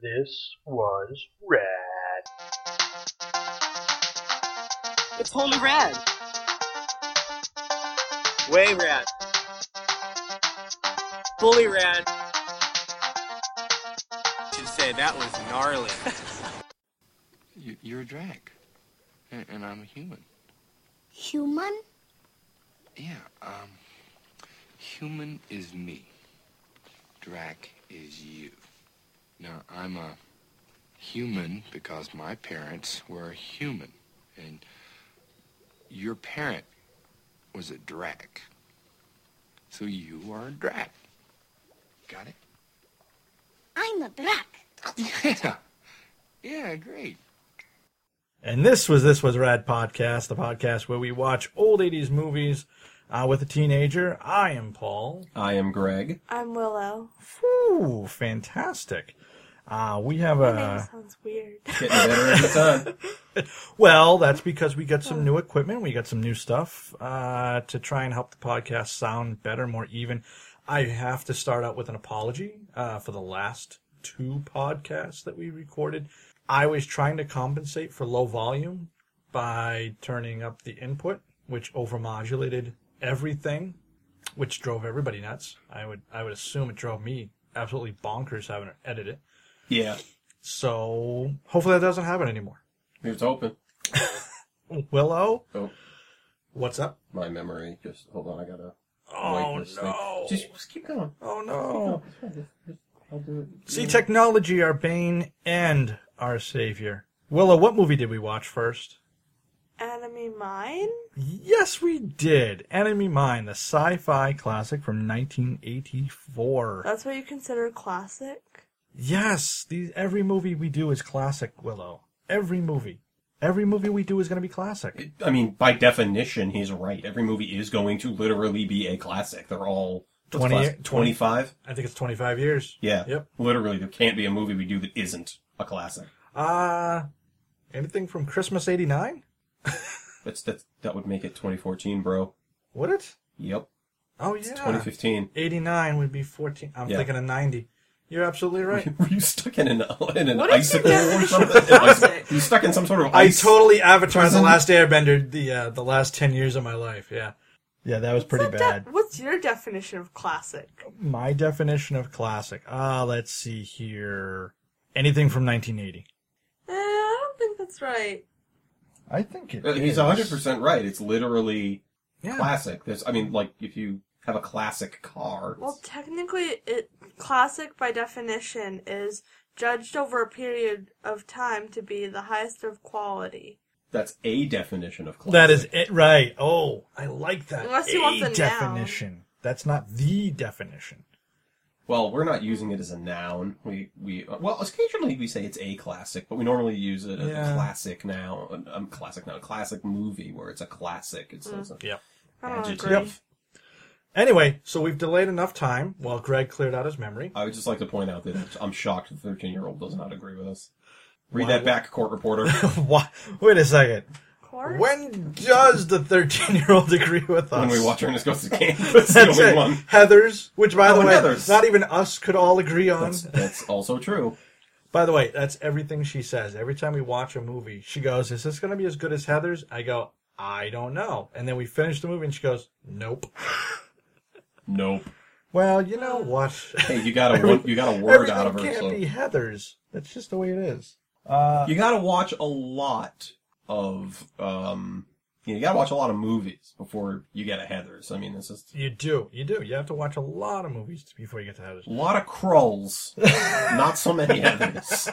This was rad. It's holy rad. Way rad. Fully rad. Should say that was gnarly. You- You're a drag, and, and I'm a human. Human? Yeah, um, human is me. Drac is you. Now I'm a human because my parents were human, and your parent was a drac. So you are a drac. Got it? I'm a black. Yeah. Yeah, great. And this was this was Rad Podcast, the podcast where we watch old '80s movies uh, with a teenager. I am Paul. I am Greg. I'm Willow. Ooh, fantastic! Uh, we have That name a sounds weird. Getting better every time. well. That's because we got some new equipment. We got some new stuff uh, to try and help the podcast sound better, more even. I have to start out with an apology uh, for the last two podcasts that we recorded. I was trying to compensate for low volume by turning up the input, which overmodulated everything, which drove everybody nuts. I would I would assume it drove me absolutely bonkers having to edit it. Yeah. So hopefully that doesn't happen anymore. It's open. Willow, Oh, what's up? my memory. Just hold on. I gotta. Oh wipe this thing. no! Just, just keep going. oh no! It's fine, Just, just, I'll do it. See, technology, our bane and our savior. Willow, what movie did we watch first? Enemy mine? Yes, we did. Enemy Mine, the sci-fi classic from 1984. That's what you consider classic? Yes, these every movie we do is classic, Willow. Every movie. Every movie we do is going to be classic. I mean, by definition, he's right. Every movie is going to literally be a classic. They're all what's 20 class- 25? I think it's 25 years. Yeah. Yep. Literally, there can't be a movie we do that isn't a classic. Uh anything from Christmas 89? That's that's that would make it 2014, bro. Would it? Yep. Oh yeah. 2015. 89 would be 14. I'm Yeah. thinking of 90. You're absolutely right. Were you stuck in an in an What is your icicle or definition of something? classic? you stuck in some sort of I ice. totally avatarized the Prison? last Airbender the uh, the last ten years of my life. Yeah, yeah, that was pretty What's that de- what's your definition of classic? my definition of classic. Ah, let's see here. Anything from 1980. Eh, I don't think that's right. I think it. Uh, He's 100 percent right. It's literally Yeah. classic. There's, I mean, like if you have a classic car, Well, technically, it classic by definition is judged over a period of time to be the highest of quality. that's a definition of classic. That is it, right? Oh, I like that. Unless you A want the noun. definition. That's not the definition. Well, we're not using it as a noun. We we uh, well, occasionally we say it's a classic, but we normally use it as Yeah. a classic now. Um, classic now, a classic movie where it's a classic. It's, it's a Yep. Hmm. I don't adjective. agree. Anyway, so we've delayed enough time while Greg cleared out his memory. I would just like to point out that I'm shocked the 13 year old does not agree with us. Read Why- that back, court reporter. Why- Wait a second. Court? When does the 13 year old agree with us? when we watch Ernest Goes to Campus, the That's only it. one. Heathers, which by Oh, the way, Heathers. not even us could all agree on. That's, that's also true. By the way, that's everything she says. Every time we watch a movie, she goes, "Is this going to be as good as Heathers?" I go, "I don't know." And then we finish the movie, and she goes, "Nope." Nope. Well, you know what? Hey, you got a wo- you got a word out of Everything her. can't So. be Heathers. That's just the way it is. you got to watch a lot of um you, know, you got to watch a lot of movies before you get a Heather's. I mean, it's just You do, you do. You have to watch a lot of movies before you get to Heathers. a lot of crawls, not so many Heathers.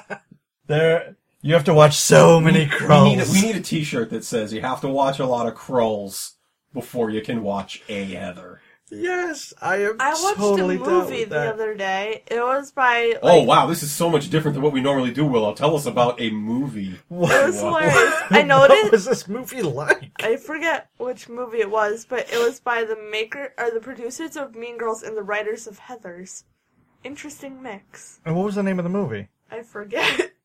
There, you have to watch so many We need, crawls. a, we need a T-shirt that says you have to watch a lot of crawls before you can watch a Heather. yes, I am. I watched totally a down movie with the that. other day. It was by. Like, Oh wow, this is so much different than what we normally do. Willow, tell us about a movie. It was Wow. hilarious. I know it What is. was this movie like? I forget which movie it was, but it was by the maker or the producers of Mean Girls and the writers of Heather's. Interesting mix. And what was the name of the movie? I forget.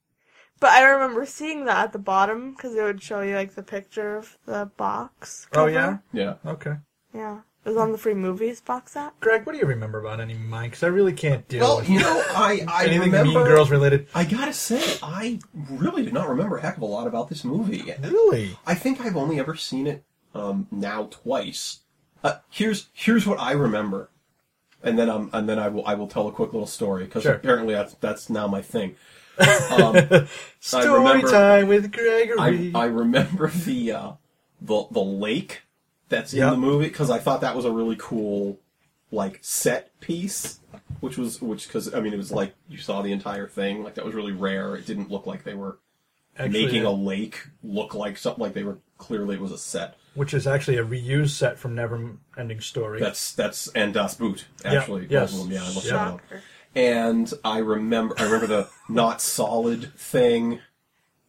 But I remember seeing that at the bottom because it would show you like the picture of the box. Oh cover. yeah, Yeah, okay. Yeah. It was on the free movies box set. Greg, what do you remember about any mine? Because I really can't deal Well, with you know, I I anything remember. Mean Girls related. I gotta say, I really do not remember a heck of a lot about this movie. Really? I think I've only ever seen it um, now twice. Uh, here's here's what I remember, and then um and then I will I will tell a quick little story because Sure. apparently that's that's now my thing. Um, Story remember- time with Gregory. I I remember the uh, the the lake that's Yep. in the movie because I thought that was a really cool like set piece, which was which because I mean it was like you saw the entire thing like that was really rare. It didn't look like they were Actually, making uh, a lake look like something like they were clearly it was a set. which is actually a reused set from Never Ending Story. That's that's and Das Boot actually. both yes. of them, yeah, I looked Yeah. that up. And I remember I remember the not solid thing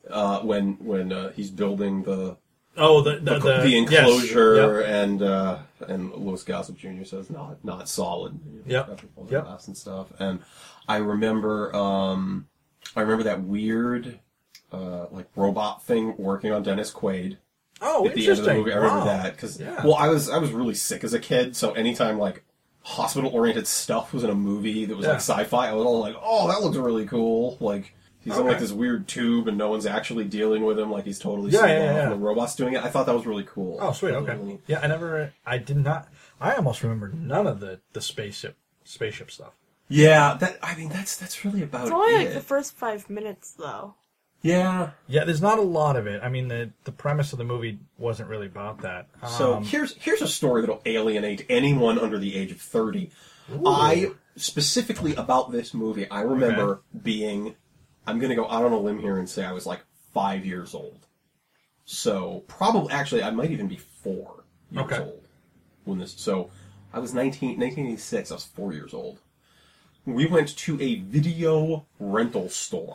uh, when when uh, he's building the oh, the the, the, the, yes, enclosure yep. and uh, and Louis Gossip Jr. says not not solid. Yep. After pulling Yep. glass and stuff. And I remember um, I remember that weird uh, like robot thing working on Dennis Quaid Oh, at the end of interesting. the movie. I remember Wow. that because Yeah. well, I was I was really sick as a kid, so anytime like hospital oriented stuff was in a movie that was like Yeah. sci-fi, I was all like, oh, that looks really cool. Like he's in like Okay. this weird tube, and no one's actually dealing with him. Like he's totally Yeah, yeah, yeah, yeah. and the robots doing it. I thought that was really cool. Oh, sweet. That was Okay. really- Yeah, I never. I did not. I almost remember none of the the spaceship spaceship stuff. Yeah, that I mean that's that's really about It's only it. like the first five minutes though. yeah. Yeah, there's not a lot of it. I mean, the the premise of the movie wasn't really about that. Um, So here's here's a story that'll alienate anyone under the age of thirty. I specifically about this movie, I remember being I'm gonna go out on a limb here and say I was like five years old. So probably actually I might even be four years Okay. old when this so I was 19, 1986, I was four years old. We went to a video rental store.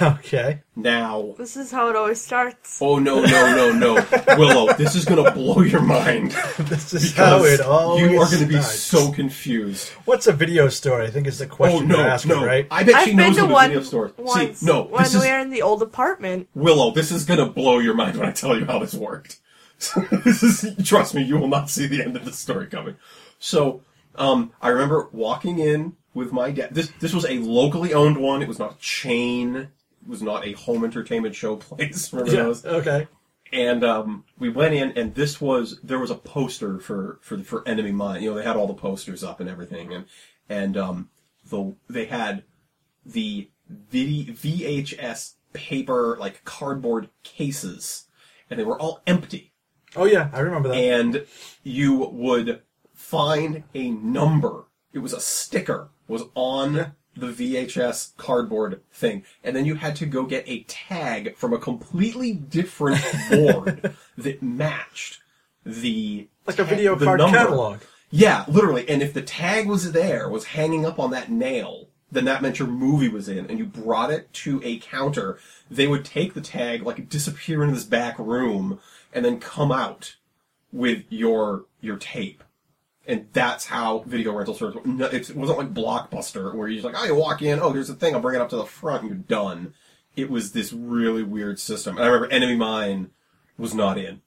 okay. now This is how it always starts. Oh no no no no Willow! This is gonna blow your mind. This is how Because it all. you are going to be so confused. What's a video store? I think is the question Oh no, you're asking, no! right? I bet she I've been knows to what a video one store. once See, no, when this we is were in the old apartment. Willow. This is going to blow your mind when I tell you how this worked. this is trust me, you will not see the end of this story coming. So, um, I remember walking in with my dad. This this was a locally owned one. It was not a chain. It was not a home entertainment show place. Remember yeah. those? Okay. and um, we went in, and this was there was a poster for for for Enemy Mine. You know, they had all the posters up and everything, and and um, the they had the vid- VHS paper like cardboard cases, and they were all empty. Oh yeah, I remember that. And you would find a number. It was a sticker was on the VHS cardboard thing, and then you had to go get a tag from a completely different board that matched the like a ta- video the card number. catalog. Yeah, literally. And if the tag was there, was hanging up on that nail, then that meant your movie was in, and you brought it to a counter. They would take the tag, like disappear into this back room, and then come out with your your tape. And that's how video rental stores. no, It wasn't like Blockbuster where you're just like, oh, you walk in, oh, there's a thing, I'll bring it up to the front, and you're done. It was this really weird system. And I remember Enemy Mine was not in.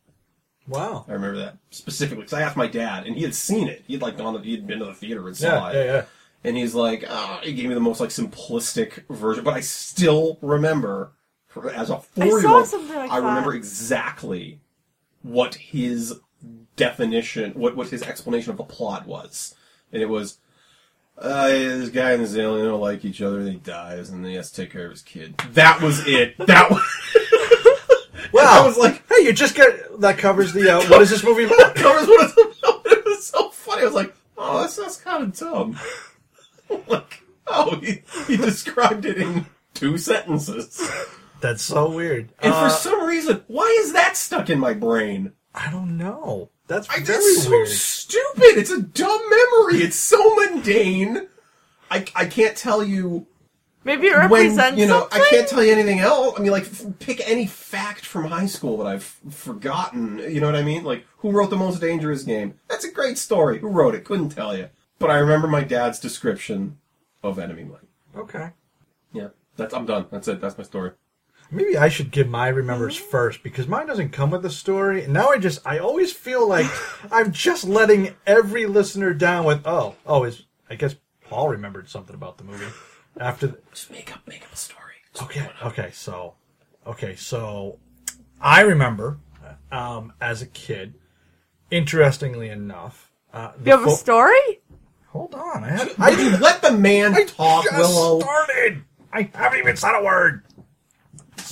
Wow. I remember that specifically because I asked my dad, and he had seen it. He had like gone, to, he had been to the theater and Yeah, saw it, yeah, yeah. and he's like, ah, he gave me the most like simplistic version. But I still remember, for- as a I four year saw old, something like I that. remember exactly what his definition, what what his explanation of the plot was, and it was. Uh, this guy and this alien don't like each other. They dies, and then he has to take care of his kid. That was it. That was Wow. I was like- hey, you just get that covers the. Uh, what is this movie about? that was what it's about. It was so funny. I was like, oh, that's, that's kind of dumb. like, oh, he, he described it in two sentences. That's so weird. And Uh, for some reason, why is that stuck in my brain? I don't know. That's I, very it's so weird. stupid. It's a dumb memory. It's so mundane. I, I can't tell you Maybe it when represents you know something. I can't tell you anything else. I mean, like f- pick any fact from high school that I've f- forgotten. You know what I mean? Like who wrote the most dangerous game? That's a great story. Who wrote it? Couldn't tell you. But I remember my dad's description of Enemy Mine. Okay. Yeah, that's I'm done. That's it. That's my story. Maybe I should give my remembers first because mine doesn't come with a story. And now I just, I always feel like I'm just letting every listener down with, oh, oh, is I guess Paul remembered something about the movie after. The, Just make up, make up a story. okay, okay, so, okay, so, I remember um, as a kid. Interestingly enough, uh, the You have fo- Oh. a story? Hold on, I had, I did let the man talk, just Willow. started. I haven't even said a word.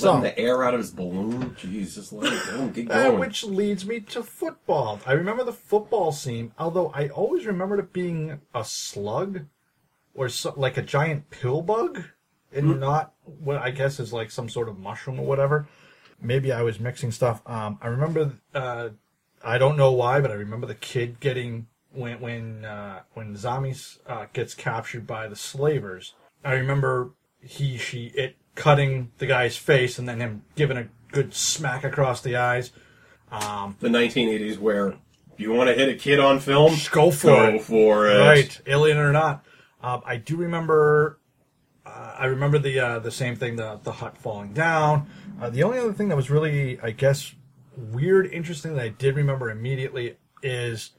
Letting the air out of his balloon. Jeez, just let it go. Get Uh, going. which leads me to football. I remember the football scene, although I always remembered it being a slug or so, like a giant pill bug and not what I guess is like some sort of mushroom or whatever. Maybe I was mixing stuff. Um, I remember, uh, I don't know why, but I remember the kid getting when when uh, when Zami's uh, gets captured by the slavers. I remember he she it cutting the guy's face and then him giving a good smack across the eyes. the 1980s where you want to hit a kid on film? Just go for Go it. for it. Right, alien or not. Um, I do remember. Uh, I remember the uh, the same thing, the the hut falling down. Uh, the only other thing that was really, I guess, weird, interesting that I did remember immediately is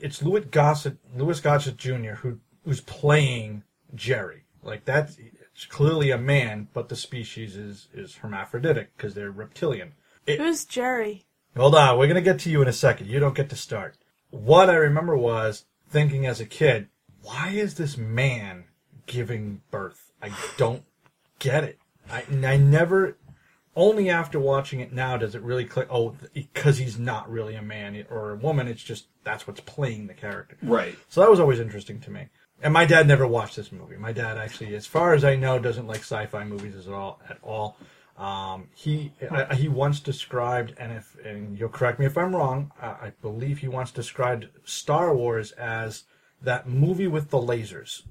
it's Louis Gossett, Louis Gossett Jr. who who's playing Jerry. Like that's it's clearly a man, but the species is is hermaphroditic because they're reptilian. Who's Jerry? Hold on, we're gonna get to you in a second. You don't get to start. What I remember was thinking as a kid, why is this man giving birth? I don't get it. I, I never. Only after watching it now does it really click. Oh, because he's not really a man or a woman. It's just that's what's playing the character. Right. So that was always interesting to me. And my dad never watched this movie. My dad actually, as far as I know, doesn't like sci-fi movies at all. At all. Um, he I, he once described, and if and you'll correct me if I'm wrong, I, I believe he once described Star Wars as that movie with the lasers.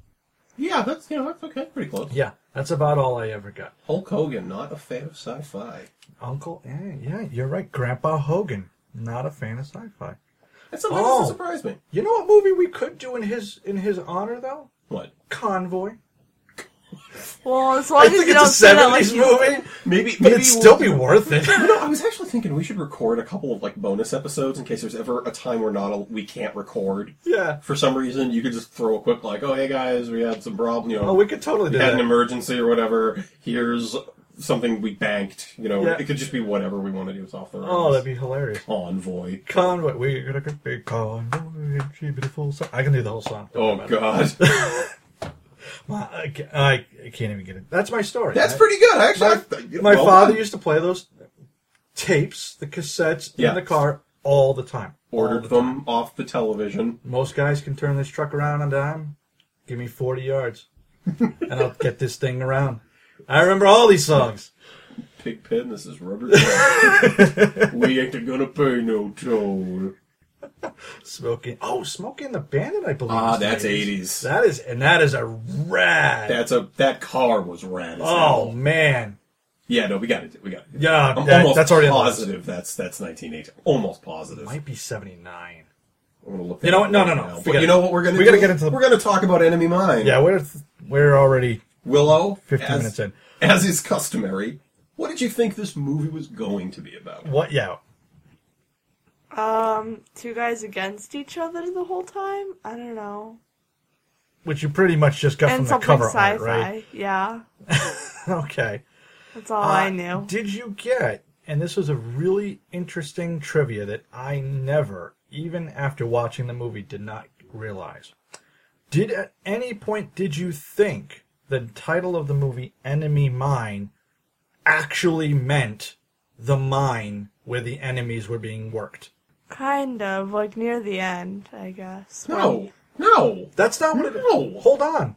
Yeah, that's you know that's okay. Pretty close. Yeah, that's about all I ever got. Hulk Hogan, not a fan of sci-fi. Uncle, yeah, yeah, you're right. Grandpa Hogan, not a fan of sci-fi. That's something that Oh. doesn't surprise me. You know what movie we could do in his in his honor though? What? Convoy. Well, as long as you don't say that like you movie, Maybe, but maybe it'd still be we'll- worth it. You know, I was actually thinking we should record a couple of like bonus episodes in case there's ever a time we're not a, we can't record yeah. for some reason. You could just throw a quick like, "Oh hey guys, we had some problem. You know, Oh, we could totally do had an that. emergency or whatever. Here's something we banked. You know, Yeah. it could just be whatever we want to do. It's off the rails. Oh, that'd be hilarious. convoy. Convoy, we're gonna get big convoy and she beautiful. So I can do the whole song. Oh god, My- I ca- I can't even get it. That's my story. that's I- pretty good. Actually, I- My well father done. used to play those tapes, the cassettes Yeah. in the car all the time. All ordered the them off the television. Most guys can turn this truck around on a dime. Give me forty yards, and I'll get this thing around. I remember all these songs. Pigpen, this is rubber. Dog. we ain't gonna pay no toll. Smoking, oh, smoking the bandit, I believe. Ah, is that's 80s. 80s. That is, and that is a rad. That's a that car was rad. As Oh hell. man, yeah, no, we got it. We got it. yeah, I'm that- almost that's already on the list. positive. That's that's 1980. Almost positive. Might be seventy nine. I'm gonna look. You that know up what? No, right no, no. now. Forget But you it. know what we're gonna We do? gotta get into the- We're gonna talk about Enemy Mine. Yeah, we're we're already Willow. fifteen as- minutes in. As is customary, what did you think this movie was going to be about? What? Yeah, Um, two guys against each other the whole time? I don't know. which you pretty much just got and from the something cover sci-fi. art, right? Yeah, Okay. that's all Uh, I knew. Did you get? And this was a really interesting trivia that I never, even after watching the movie, did not realize. Did at any point did you think the title of the movie "Enemy Mine" actually meant the mine where the enemies were being worked? Kind of like near the end, I guess. No, no. That's not what it. No. Hold on,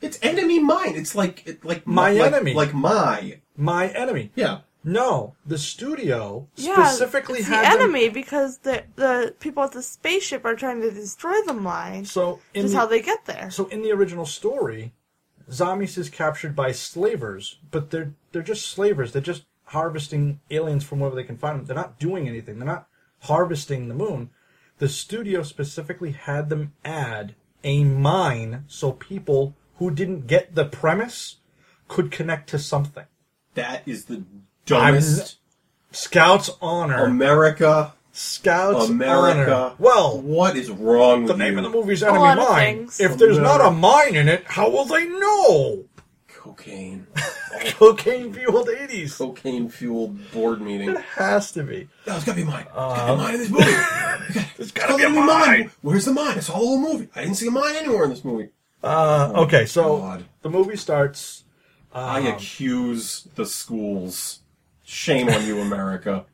It's enemy mine. It's like it, like My like- enemy. Like my my enemy. yeah. No, the studio Yeah, specifically it's had the them- enemy because the the people at the spaceship are trying to destroy the mine. So in This is the- how they get there. So in the original story, Zamis is captured by slavers, but they're they're just slavers. They're just harvesting aliens from wherever they can find them. They're not doing anything. They're not harvesting the moon. The studio specifically had them add a mine so people who didn't get the premise could connect to something. That is the dumbest Scout's honor. America, Scout's America. honor. Well, what is wrong the with name you? of the movie's A lot Enemy of Mine. things. If there's not a mine in it, how will they know? Cocaine, Cocaine fueled 80s. cocaine fueled board meeting. It has to be. No, it's gotta be mine. It's gotta be mine in this movie. it's gotta be a mine. Where's the mine? I saw the whole movie. I didn't see a mine anywhere in this movie. Uh, okay, so God. the movie starts. I accuse the schools. Shame on you, America.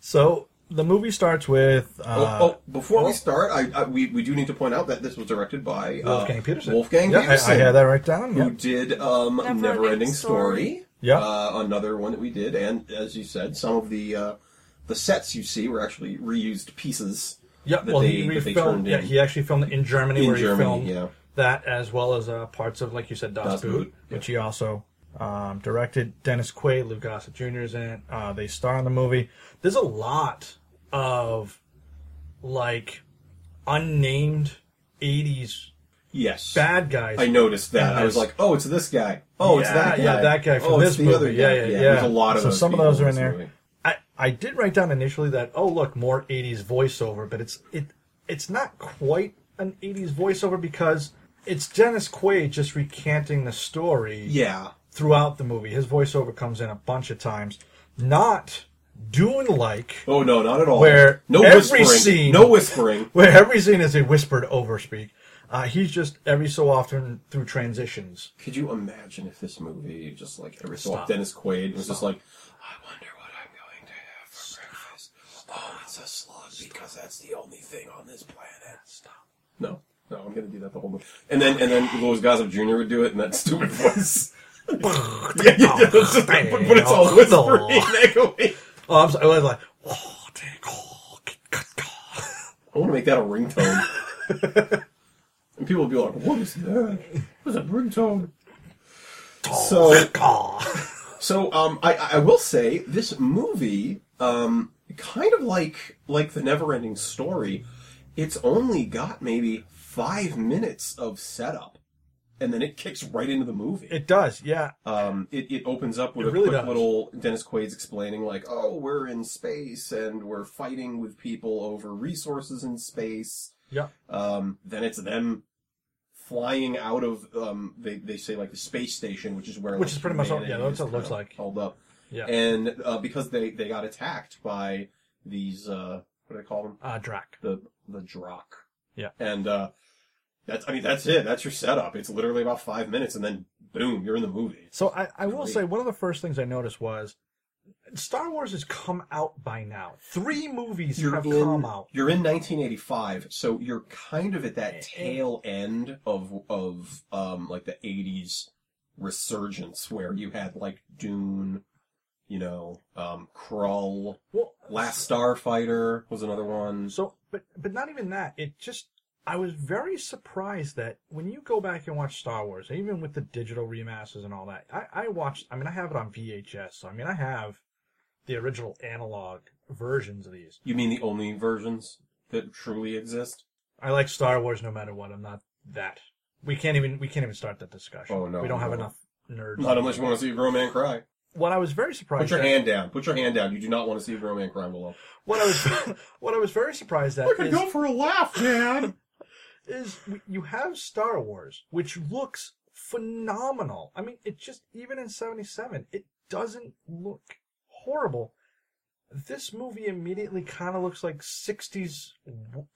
So the movie starts with. Oh, Uh, oh, before oh. we start, I, I, we, we do need to point out that this was directed by uh, Wolfgang Peterson. Wolfgang yeah, I- Peterson. I, had that right down. Who Yeah. did um, Neverending Never Ending Story. Story. Yeah. Uh, another one that we did. And as you said, some of the uh, the sets you see were actually reused pieces. Yeah, that well, they, he that they refilmed. turned Yeah, in. he actually filmed it in Germany, In where Germany, he filmed yeah. that as well as uh, parts of, like you said, Das, Das Boot, Boot, which he also um, directed. Dennis Quaid, Lou Gossett Jr. is in it. Uh, they star in the movie. There's a lot of like unnamed '80s Yes. bad guys. I noticed that. I was Yes. like, oh, it's this guy. Oh, it's Yeah, that guy. yeah, that guy from oh, this it's the movie. other guy. Yeah, yeah, yeah. There's a lot of So those some of people those are in in this there. movie. I, I did write down initially that oh look more 80s voiceover but it's it it's not quite an 80s voiceover because it's Dennis Quaid just recanting the story Yeah. throughout the movie his voiceover comes in a bunch of times not doing like Oh no, not at all. Where no every whispering, scene- no whispering. where every scene is a whispered overspeak uh, he's just every so often through transitions Could you imagine if this movie just like every so Stop. often Dennis Quaid was just like, I wonder what I'm going to have for breakfast. Oh, it's a slug because that's the only thing on this planet. Stop. No, no, I'm gonna do that the whole movie. And then and then Louis Gossett Jr. would do it in that stupid voice. yeah, yeah, yeah. but, but it's all whispering, echoing. oh I'm sorry, I was like oh, dang, oh, get- get- get- I want to make that a ringtone. and people will be like, "What is that? What's a ringtone?" So, get- so um, I, I will say this movie, um, kind of like like the Neverending Story, it's only got maybe five minutes of setup, and then it kicks right into the movie. it does yeah Um, it, it opens up with It a really quick does. little Dennis Quaid's explaining, like, oh, we're in space and we're fighting with people over resources in space. yeah Um, then it's them flying out of, um, they, they say, like, the space station, which is where. Which like, is pretty much all- yeah, humanity that's is what it looks kind of like. Held up. yeah And uh, because they, they got attacked by these, uh, what do they call them? uh, Drac The, the Drock. Yeah. And, uh, that's, I mean, that's it. That's your setup. It's literally about five minutes and then boom, you're in the movie. So I, I will Great. say one of the first things I noticed was Star Wars has come out by now. Three movies you're have in, come out. You're in 1985, so you're kind of at that tail end of of um like the 80s resurgence where you had like Dune, you know, um Krull, Well, Last Starfighter was another one. So, but but not even that. It just I was very surprised that when you go back and watch Star Wars, even with the digital remasters and all that, I, I watched. I mean, I have it on VHS. So I mean, I have the original analog versions of these. You mean the only versions that truly exist? I like Star Wars no matter what. I'm not that. We can't even we can't even start that discussion. Oh, no, we don't have no. enough nerds. Not unless you want to see a grown man cry. What I was very surprised. Put your at- hand down. Put your hand down. You do not want to see a grown man cry below. What I was what I was very surprised at is, for a laugh, man. is we- you have Star Wars, which looks phenomenal. I mean, it just even in '77, it doesn't look horrible. This movie immediately kind of looks like '60s.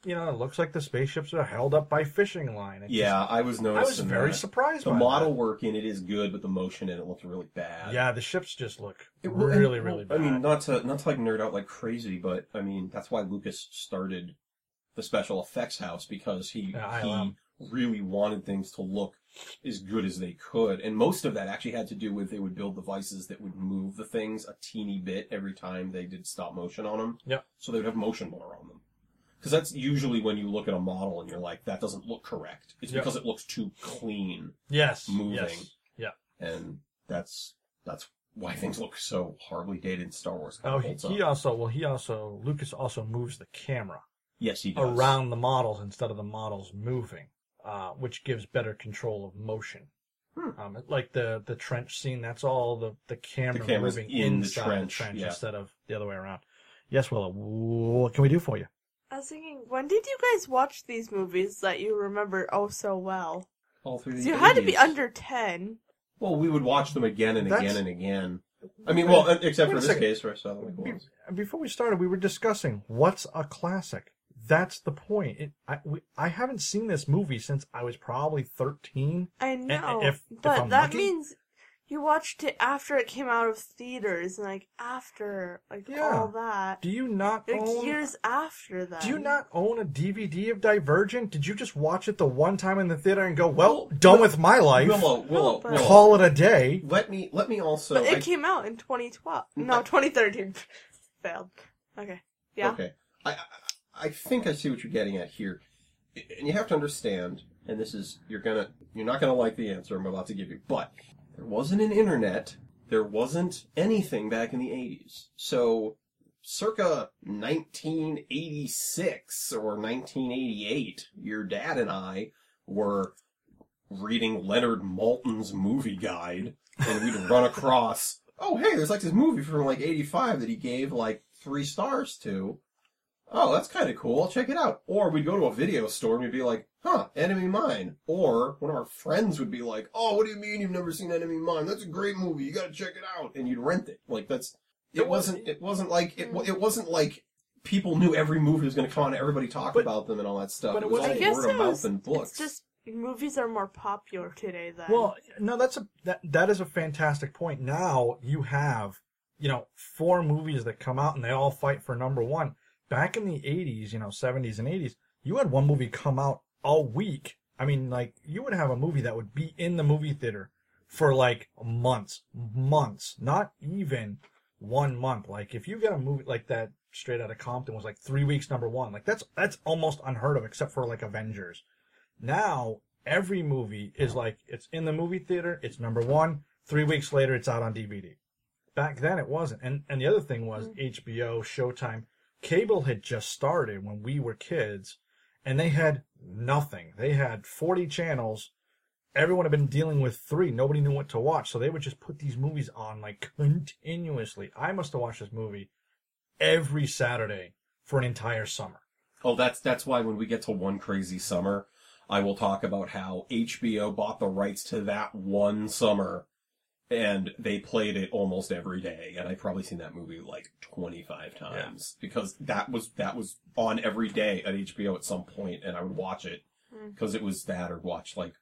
You know, it looks like the spaceships are held up by fishing line. It just- yeah, I was I was noticing. very that. surprised. The by model work in it is good, but the motion in it looks really that. bad. Yeah, the ships just look It- well, and- really, well, really bad. I mean, not to not to like nerd out like crazy, but I mean that's why Lucas started the special effects house because he Yeah, he ILM. really wanted things to look as good as they could, and most of that actually had to do with they would build devices that would move the things a teeny bit every time they did stop motion on them. Yep. So they would have motion blur on them. Because that's usually when you look at a model and you're like, that doesn't look correct. It's Yep. because it looks too clean yes, moving. yes, yeah. and that's that's why things look so horribly dated in Star Wars. Oh, he, holds up. he also well, he also Lucas also moves the camera. yes, he does. around the models instead of the models moving, uh, which gives better control of motion. Hmm. Um, like the the trench scene, that's all the the camera The camera's moving in the inside trench, the trench yeah. instead of the other way around. Yes, Willa, what can we do for you? I was thinking, when did you guys watch these movies that you remember oh so well? All through 'Cause the you had to be 80s. under ten. Well, we would watch them again and That's- again and again. I mean, well, except Wait for a this second. case where I saw them like once. Before we started, we were discussing what's a classic. That's the point. It, I we, I haven't seen this movie since I was probably thirteen. I know, if- if but I'm that lucky- means you watched it after it came out of theaters, and like after, like Yeah. all that, Do you not like own? years after that. Do you not own a DVD of Divergent? Did you just watch it the one time in the theater and go, "Well, done with my life. Willow, Willow, No, but- Willow. Call it a day." Let me let me also. Oh, But it I- came out in 2012. No, 2013. Failed. Okay. Yeah. Okay. I, I I think I see what you're getting at here, and you have to understand. And this is you're gonna you're not gonna like the answer I'm about to give you, but there wasn't an internet. There wasn't anything back in the 80s. So, circa 1986 or 1988, your dad and I were reading Leonard Maltin's movie guide, and we'd run across, oh, hey, there's like this movie from like 85 that he gave like three stars to. Oh, that's kind of cool. I'll check it out. Or we'd go to a video store and we'd be like, huh, Enemy Mine. Or one of our friends would be like, oh, what do you mean you've never seen Enemy Mine? That's a great movie. You gotta check it out. And you'd rent it. Like, that's, it wasn't, it wasn't like, it, wa- it wasn't like people knew every movie was gonna come on and everybody talked But- about them and all that stuff. but it it was wasn't- all I guess word of it mouth was- and books. It's just movies are more popular today than Well, no, that's a that that is a fantastic point. Now you have, you know, four movies that come out and they all fight for number one. Back in the '80s, you know, '70s and '80s, you had one movie come out all week. I mean, like you would have a movie that would be in the movie theater for like months, months, not even one month. Like if you get a movie like that straight out of Compton was like three weeks number one. Like that's that's almost unheard of, except for like Avengers. Now every movie is like it's in the movie theater, it's number one. Three weeks later, it's out on DVD. Back then, it wasn't. And and the other thing was HBO, Showtime, cable had just started when we were kids, and they had nothing. They had forty channels. Everyone had been dealing with three. Nobody knew what to watch, so they would just put these movies on like continuously. I must have watched this movie every Saturday for an entire summer. Oh, that's that's why when we get to one crazy summer, I will talk about how HBO bought the rights to that one summer, and they played it almost every day. And I've probably seen that movie like twenty five times because that was that was on every day at HBO at some point, and I would watch it because it was that or watch like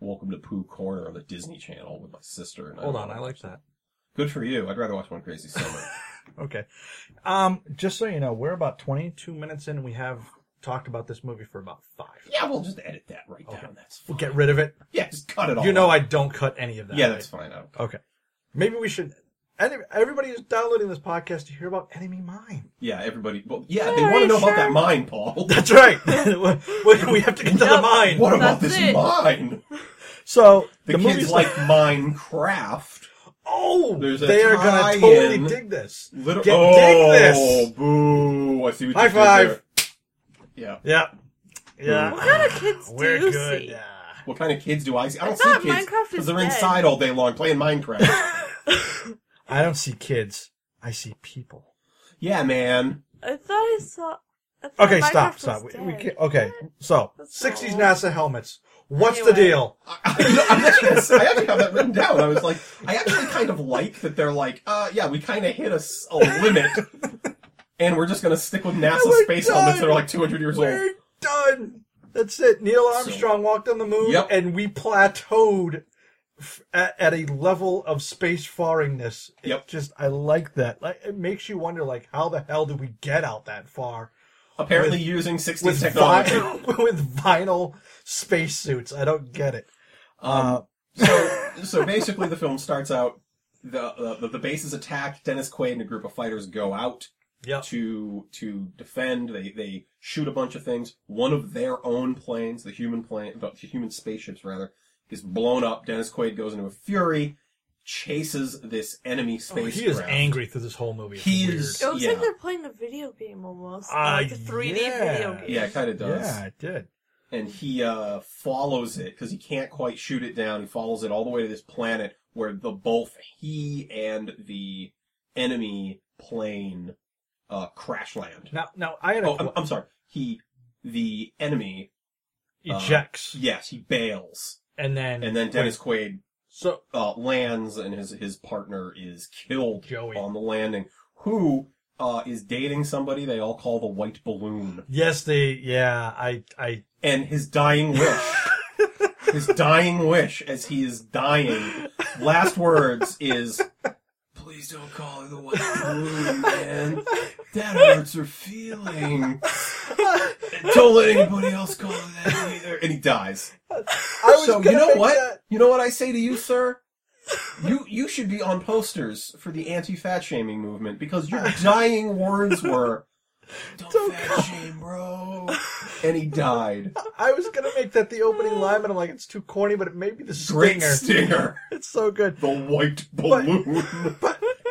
Welcome to Pooh Corner on the Disney Channel with my sister. And Hold on, I like that. Good for you. I'd rather watch One Crazy Summer. Okay. Um, just so you know, we're about 22 minutes in. We have talked about this movie for about five. yeah, we'll just edit that right Okay. down. That's fine. We'll get rid of it. yeah, just cut it all. You know, out. I don't cut any of that. yeah, right? that's fine. I don't Okay. Maybe we should. any- Everybody is downloading this podcast to hear about Enemy Mine. Yeah, everybody. Well, yeah, they Yeah, want to are know you about that sure? mine, Paul. That's right. We- we have to get to the Yep. mine. what about That's this it. mine? So The, the, kids movie's like like, Minecraft. oh, There's a they are gonna tie-in. totally dig this. Liter- Get- oh, dig this. boo! I see what High you did five. there. Yeah. Yeah. Yeah. What kind of kids We're do you good. see? Yeah. What kind of kids do I see? I don't I see thought kids Minecraft because is they're dead. inside all day long playing Minecraft. I don't see kids. I see people. yeah, man. I thought I saw. I thought Okay, Minecraft stop, was stop. We, we dead. can't, oh, okay, so That's not sixties all. NASA helmets. What's the Anyway. deal? I'm actually, I actually have that written down. I was like, I actually kind of like that they're like, uh, yeah, we kind of hit a, s- a limit, and we're just gonna stick Oh with NASA we're space helmets that are done. like 200 years old. We're done. That's it. Neil Armstrong walked on the moon, Yep. and we plateaued f- at, at a level of space faringness. It Yep. Just I like that. Like it makes you wonder, like how the hell did we get out that far Apparently, With- using 60s with technology. vi- with vinyl spacesuits? I don't get it. Um, Uh, So, so basically, the film starts out. The, the the base is attacked. Dennis Quaid and a group of fighters go out yep. to to defend. They they shoot a bunch of things. One of their own planes, the human plane, the human spaceships rather, is blown up. Dennis Quaid goes into a fury, chases this enemy Oh, spacecraft. he is angry through this whole movie. It's He weird. is- It looks Yeah. like they're playing a video game almost, Ah, like a 3D yeah. video game. Yeah, it kind of does. Yeah, it did. and he uh, follows it because he can't quite shoot it down. He follows it all the way to this planet where the both he and the enemy plane uh, crash land. Now, now I had a Oh, I'm, I'm sorry. He, the enemy, ejects yes, he bails, and then Uh, and then Dennis Quaid so uh, lands, and his his partner is killed Joey. on the landing. Who uh, is dating somebody they all call the White Balloon. yes, they yeah I I and his dying wish. his dying wish as he is dying. Last words is Please don't call her the white balloon, man. That hurts her feelings. And don't let anybody else call her that either. And he dies. so you know what? You know what I say to you, sir? You you should be on posters for the anti-fat shaming movement because your dying words were "Don't, fat shame, bro," and he died. I was gonna make that the opening line, but I'm like it's too corny. But it may be the Great stinger. stinger, it's so good. the white balloon.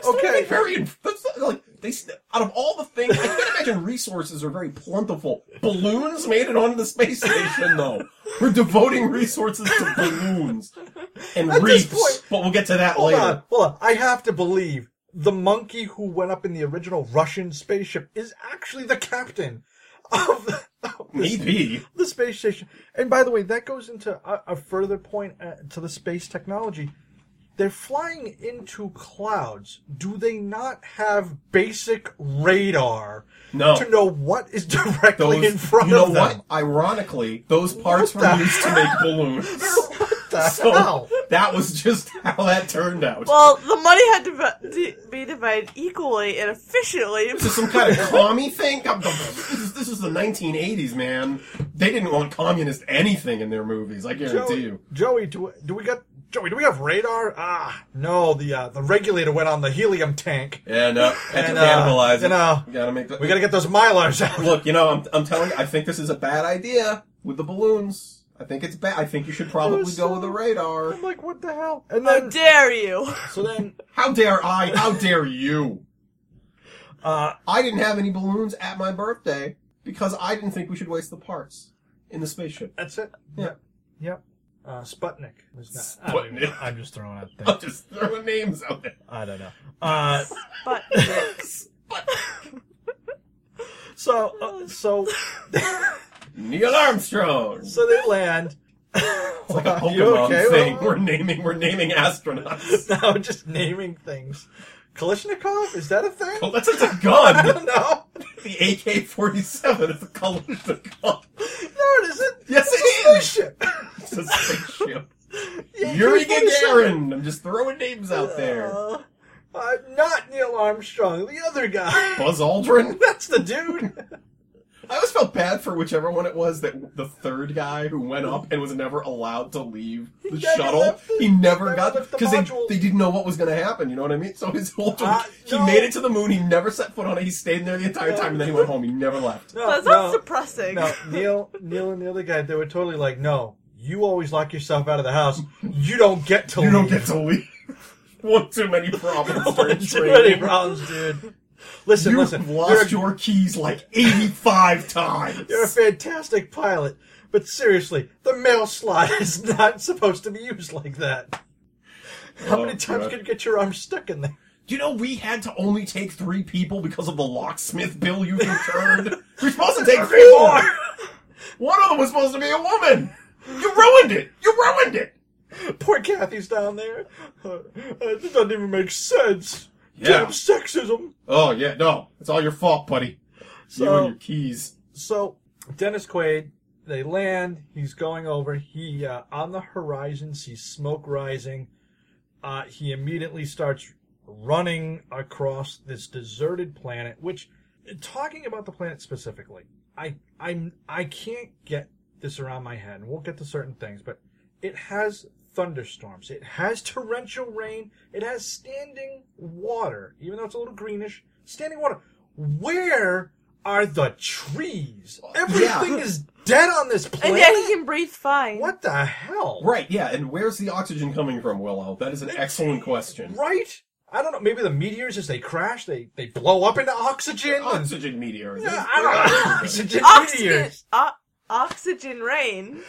But They're okay, very inf- that's not like they s- out of all the things I can imagine resources are very plentiful. Balloons made it onto the space station though. We're devoting resources to balloons and At this reefs, point- but we'll get to that hold later. on, hold on. I have to believe the monkey who went up in the original Russian spaceship is actually the captain of the, of the Maybe the space station. And by the way, that goes into a, a further point uh, to the space technology. They're flying into clouds. Do they not have basic radar no. to know what is directly Those- in front you know of them? what? Ironically, those parts What the were used to make balloons. What the So hell? that was just how that turned out. Well, the money had to be, to be divided equally and efficiently. This is some kind of commie thing? I'm- this, is, this is the 1980s, man. They didn't want communist anything in their movies, I guarantee Joey, you. Joey, do do we got Joey? Do we have radar? Ah, no. The uh, the regulator went on the helium tank. Yeah, no. Had And, to uh, cannibalize you it. know, we gotta make the, We got to get those milars out. Look, you know, I'm, I'm telling you, I think this is a bad idea with the balloons. I think it's bad. I think you should probably so- go with the radar. I'm like, what the hell? And How then dare you? so then How dare I? How dare you? Uh, I didn't have any balloons at my birthday because I didn't think we should waste the parts in the spaceship. that's it. Yeah. Yep. Uh, Sputnik was not. I don't even Sputnik. know. I'm just throwing out I'm things. just throwing names out there. I don't know. Uh, But so uh, so Neil Armstrong. so they land. It's like a Are you Pokemon okay? thing. Well- We're naming we're naming astronauts. now I'm just naming things. Kalishnikov is that a thing? Oh, that's just a I gun. don't know. The AK forty seven is a Kalashnikov. No, it isn't. Yes, It's a it is. spaceship. It's a spaceship. Yeah, Yuri AK-47. Gagarin. I'm just throwing names out there. Uh, uh, not Neil Armstrong, the other guy. Buzz Aldrin. That's the dude. I always felt bad for whichever one it was that the third guy who went up and was never allowed to leave never the shuttle. left the- he never never got left the because they, module. they didn't know what was going to happen. You know what I mean? So his whole tour, Ah, he no. made it to the moon. He never set foot on it. He stayed in there the entire time, and then he went home. He never left. No, that sounds no. depressing. No, Neil, Neil, and the other guy, they were totally like, "No, you always lock yourself out of the house. You don't get to. You don't leave. get to leave. One too many problems during Too many training. problems, dude. Listen, You've listen. You're a, lost your keys like 85 times. you're a fantastic pilot, but seriously, the mail slot is not supposed to be used like that. How Oh, many times God. can you get your arm stuck in there? Do you know we had to only take three people because of the locksmith bill you returned? We're supposed to take four. One of them was supposed to be a woman. You ruined it. You ruined it. Poor Kathy's down there. Uh, it doesn't even make sense. Yeah. Damn sexism. Oh yeah, no, it's all your fault, buddy. you So- and your keys. So Dennis Quaid, they land. He's going over. He uh, on the horizon sees smoke rising. Uh, he immediately starts running across this deserted planet. Which, talking about the planet specifically, I I'm I can't get this around my head, and we'll get to certain things, but it has thunderstorms. It has torrential rain. It has standing water, even though it's a little greenish. Standing water. Where are the trees? Everything is dead on this and planet. yet he can breathe fine. what the hell? Right, yeah, and where's the oxygen coming from, Willow? That is an excellent question. Right? I don't know. Maybe the meteors, as they crash, they, they blow up into oxygen. and- Oxygen meteor. Yeah, I don't know. Oxygen Oxygen. meteors. Uh, Oxygen rain.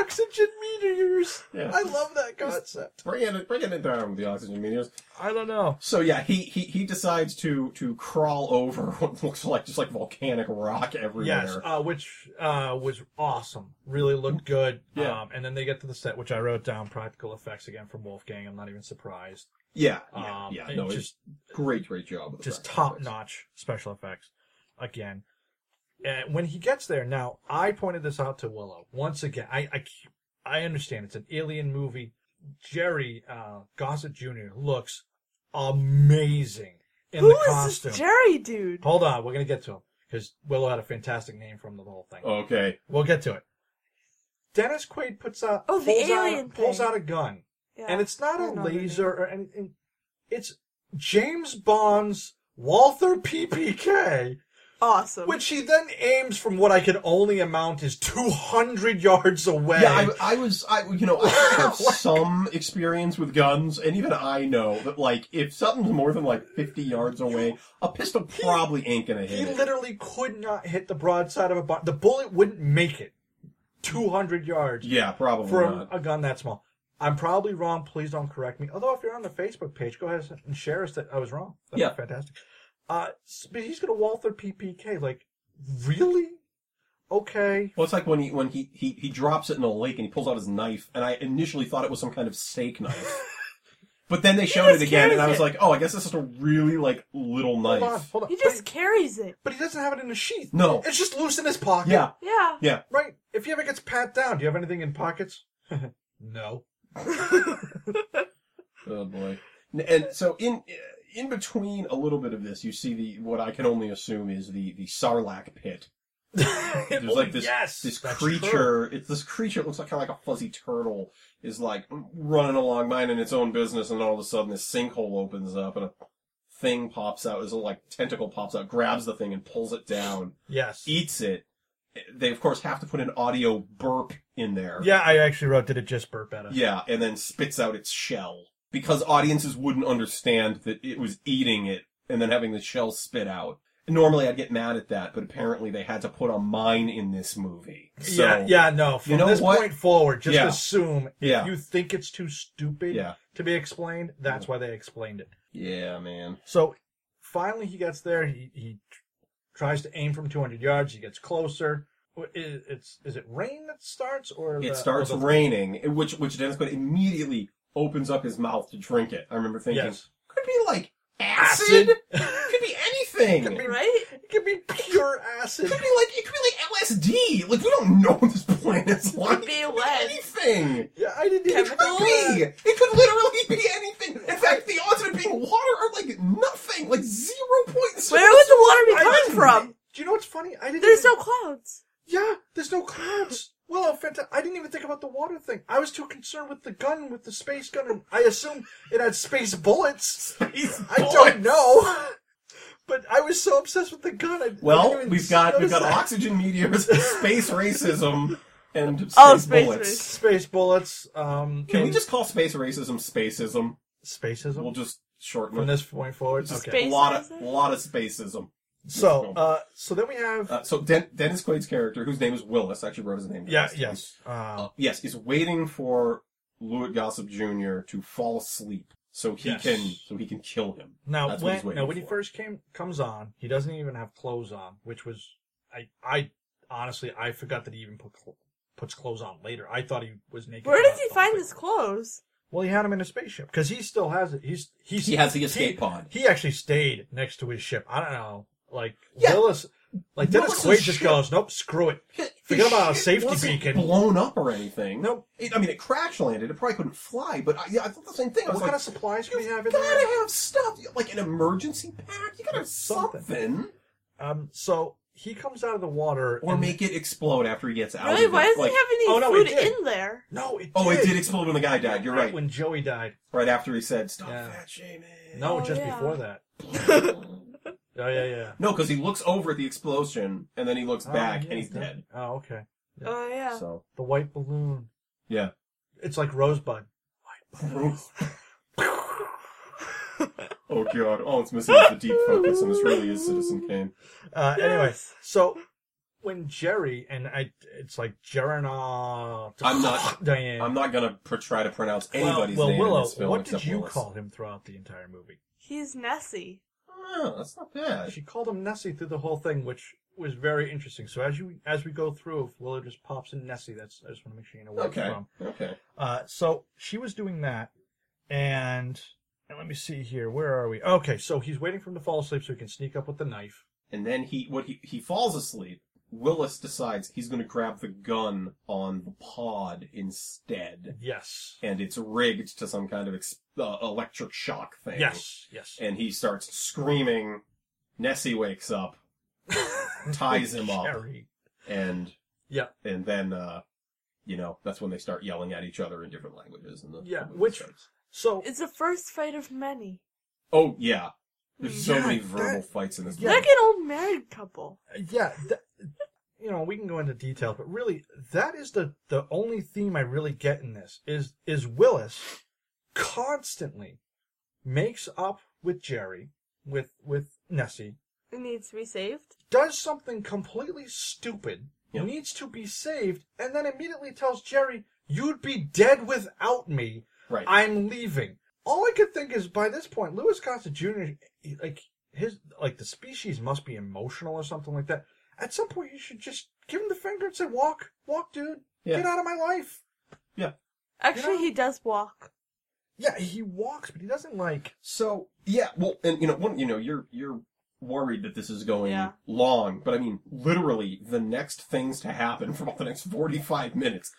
Oxygen meteors. Yeah. I love that concept. Bring it, bring it down, the oxygen meteors. I don't know. So yeah, he, he he decides to to crawl over what looks like just like volcanic rock everywhere. Yes, uh, which uh, was awesome. Really looked good. Yeah. Um, and then they get to the set, which I wrote down practical effects again from Wolfgang. I'm not even surprised. yeah, yeah, um, yeah. and No, it's just- great, great job. With the Just practical top effects. notch special effects again. And when he gets there, now I pointed this out to Willow once again. I I, c- I understand it's an alien movie. Jerry uh, Gossett Jr. looks amazing in Who the is costume. this Jerry dude? Hold on, we're gonna get to him because Willow had a fantastic name from the whole thing. Okay. We'll get to it. Dennis Quaid puts out Oh, the pulls alien out, pulls thing. out a gun, Yeah. and it's not I a don't know their laser or anything. It's James Bond's Walther PPK, Awesome. which he then aims from what I can only amount is two hundred yards away. Yeah, I, I was, I you know, I have Like- some experience with guns, and even I know that like if something's more than like fifty yards away, a pistol probably ain't gonna he hit it. literally could not hit the broadside of a bu- the bullet wouldn't make it two hundred yards. Yeah, probably for a, not. a gun that small. I'm probably wrong. Please don't correct me. Although if you're on the Facebook page, go ahead and share us that I was wrong. That'd Yeah. be fantastic. Uh, s- but he's gonna Walther PPK. Like, really? Okay. Well, it's like when he when he, he he drops it in a lake and he pulls out his knife, and I initially thought it was some kind of steak knife, but then they showed just it again, and I carries was it. like, oh, I guess this is a really like little Hold knife. on. Hold on. he But just carries it. But he doesn't have it in a sheath. No. It's just loose in his pocket. Yeah, Yeah. yeah. Right. If he ever gets pat down, do you have anything in pockets? no. Oh boy. N- And so in in between a little bit of this, you see the what I can only assume is the the Sarlacc pit. There's like this this Oh, that's true. creature. It's this creature. It looks like kind of like a fuzzy turtle is like running along, minding its own business, and all of a sudden this sinkhole opens up and a thing pops out. This little like tentacle pops out, grabs the thing and pulls it down, Yes. eats it. They of course have to put an audio burp in there. Yeah, I actually wrote. Did it just burp at us? Yeah, and then spits out its shell. Because audiences wouldn't understand that it was eating it and then having the shell spit out. Normally I'd get mad at that, but apparently they had to put a mine in this movie. So, yeah, yeah, no. From You know this what? point forward, just Yeah. assume if Yeah. you think it's too stupid Yeah. to be explained, that's why they explained it. Yeah, man. So finally he gets there. He, he tr- tries to aim from 200 yards. He gets closer. Wh- i- It's is it rain that starts or the- It starts or the- raining, which which Dennis Quaid immediately opens up his mouth to drink it. I remember thinking, Yes. could be like acid, Acid. could be anything. Could be- Right? It could be pure acid. Could be like it could be like LSD. Like we don't know what this planet's like. be It lead. anything. yeah, I didn't even It could be. It could literally be anything. In fact, the odds of it being water are like nothing, like zero point zero. Where would the water be I coming didn't- from? Do you know what's funny? I didn't. There's even- no clouds. Yeah, there's no clouds. Well, fanta- I didn't even think about the water thing. I was too concerned with the gun, with the space gun, and I assumed it had space bullets. I don't know. But I was so obsessed with the gun. I, I didn't Well, even we've got we've notice got that. oxygen meteors, space racism, and space, Oh, space bullets. racism. space bullets. Um, Can we and just call space racism spacism? spacism We'll just shorten from it. this point forward? Just Okay. Space a lot of racism? lot of spacism. So, uh, so then we have Uh, so Den- Dennis Quaid's character, whose name is Willis, I actually wrote his name. down. yeah, yes, um, yes, is waiting for Lewitt Gossip Jr. to fall asleep so he Yes. can so he can kill him. Now That's what when he's waiting now when he for. first came comes on, he doesn't even have clothes on, which was I I honestly I forgot that he even put cl- puts clothes on later. I thought he was naked. Where does throughout he the whole find thing. his clothes? Well, he had him in a spaceship because he still has it. He's he's He has the escape he- pod. He actually stayed next to his ship. I don't know, like Yeah. Willis, like Dennis Willis's Quaid just ship- goes, nope, screw it. His Forget about a ship safety wasn't beacon. blown up or anything. Nope. It, I mean, it crash landed. It probably couldn't fly, but I, yeah, I thought the same thing. I What was kind like, of supplies can we you have gotta in there? have stuff like an emergency pack. You gotta have Something. something, Um, so he comes out of the water or and- make it explode after he gets out. Really? of it. Why doesn't like, he have any Oh, no, it food did. in there? No, it Oh, it did explode when the guy died. You're right. When Joey died. Right after he said, "Stop Yeah. that, Jamie." No, Oh, just yeah. before that. Oh yeah, yeah. No, because he looks over at the explosion and then he looks back and he's dead. Oh, okay. Yeah. Oh yeah. So The white balloon. yeah, It's like Rosebud. Uh, oh god, all it's missing is the deep focus, and this really is Citizen Kane. Uh, Anyway, so when Jerry and I, it's like Geronal. I'm not- Diane. I'm not gonna pr- try to pronounce well, anybody's well, name in Willow. this film What except did you Willis. call him throughout the entire movie? He's Nessie. Oh, that's not bad. She called him Nessie through the whole thing, which was very interesting. So as you as we go through, if Willow just pops in Nessie, that's I just want to make sure you know where it's Okay. from. Okay. Uh, so she was doing that, and, and let me see here. Where are we? Okay, so he's waiting for him to fall asleep so he can sneak up with the knife. And then he what he he falls asleep. Willis decides he's gonna grab the gun on the pod instead, Yes, and it's rigged to some kind of ex- uh, electric shock thing. yes, yes. And he starts screaming. Nessie wakes up, ties him up, Jerry. and Yeah, and then uh, you know that's when they start yelling at each other in different languages. And the Yeah, the movie which- starts. so It's the first fight of many. oh yeah, there's so Yeah, many verbal that- fights in this. yeah. They're movie. like an old married couple. yeah, that, you know, we can go into details, but really, that is the the only theme I really get in this is is Willis constantly makes up with Jerry, with with Nessie, It needs to be saved. does something completely stupid, Yep. needs to be saved, and then immediately tells Jerry, "You'd be dead without me. Right. I'm leaving." All I could think is, by this point, Louis Costa Jr. he- like his like the species must be emotional or something like that. At some point, you should just give him the finger and say, "Walk, walk, dude, Yeah. get out of my life." Actually, he does walk. Yeah, he walks, but he doesn't like. So yeah, well, and you know, one, you know, you're you're worried that this is going Yeah. long, but I mean, literally, the next things to happen for about the next forty five minutes.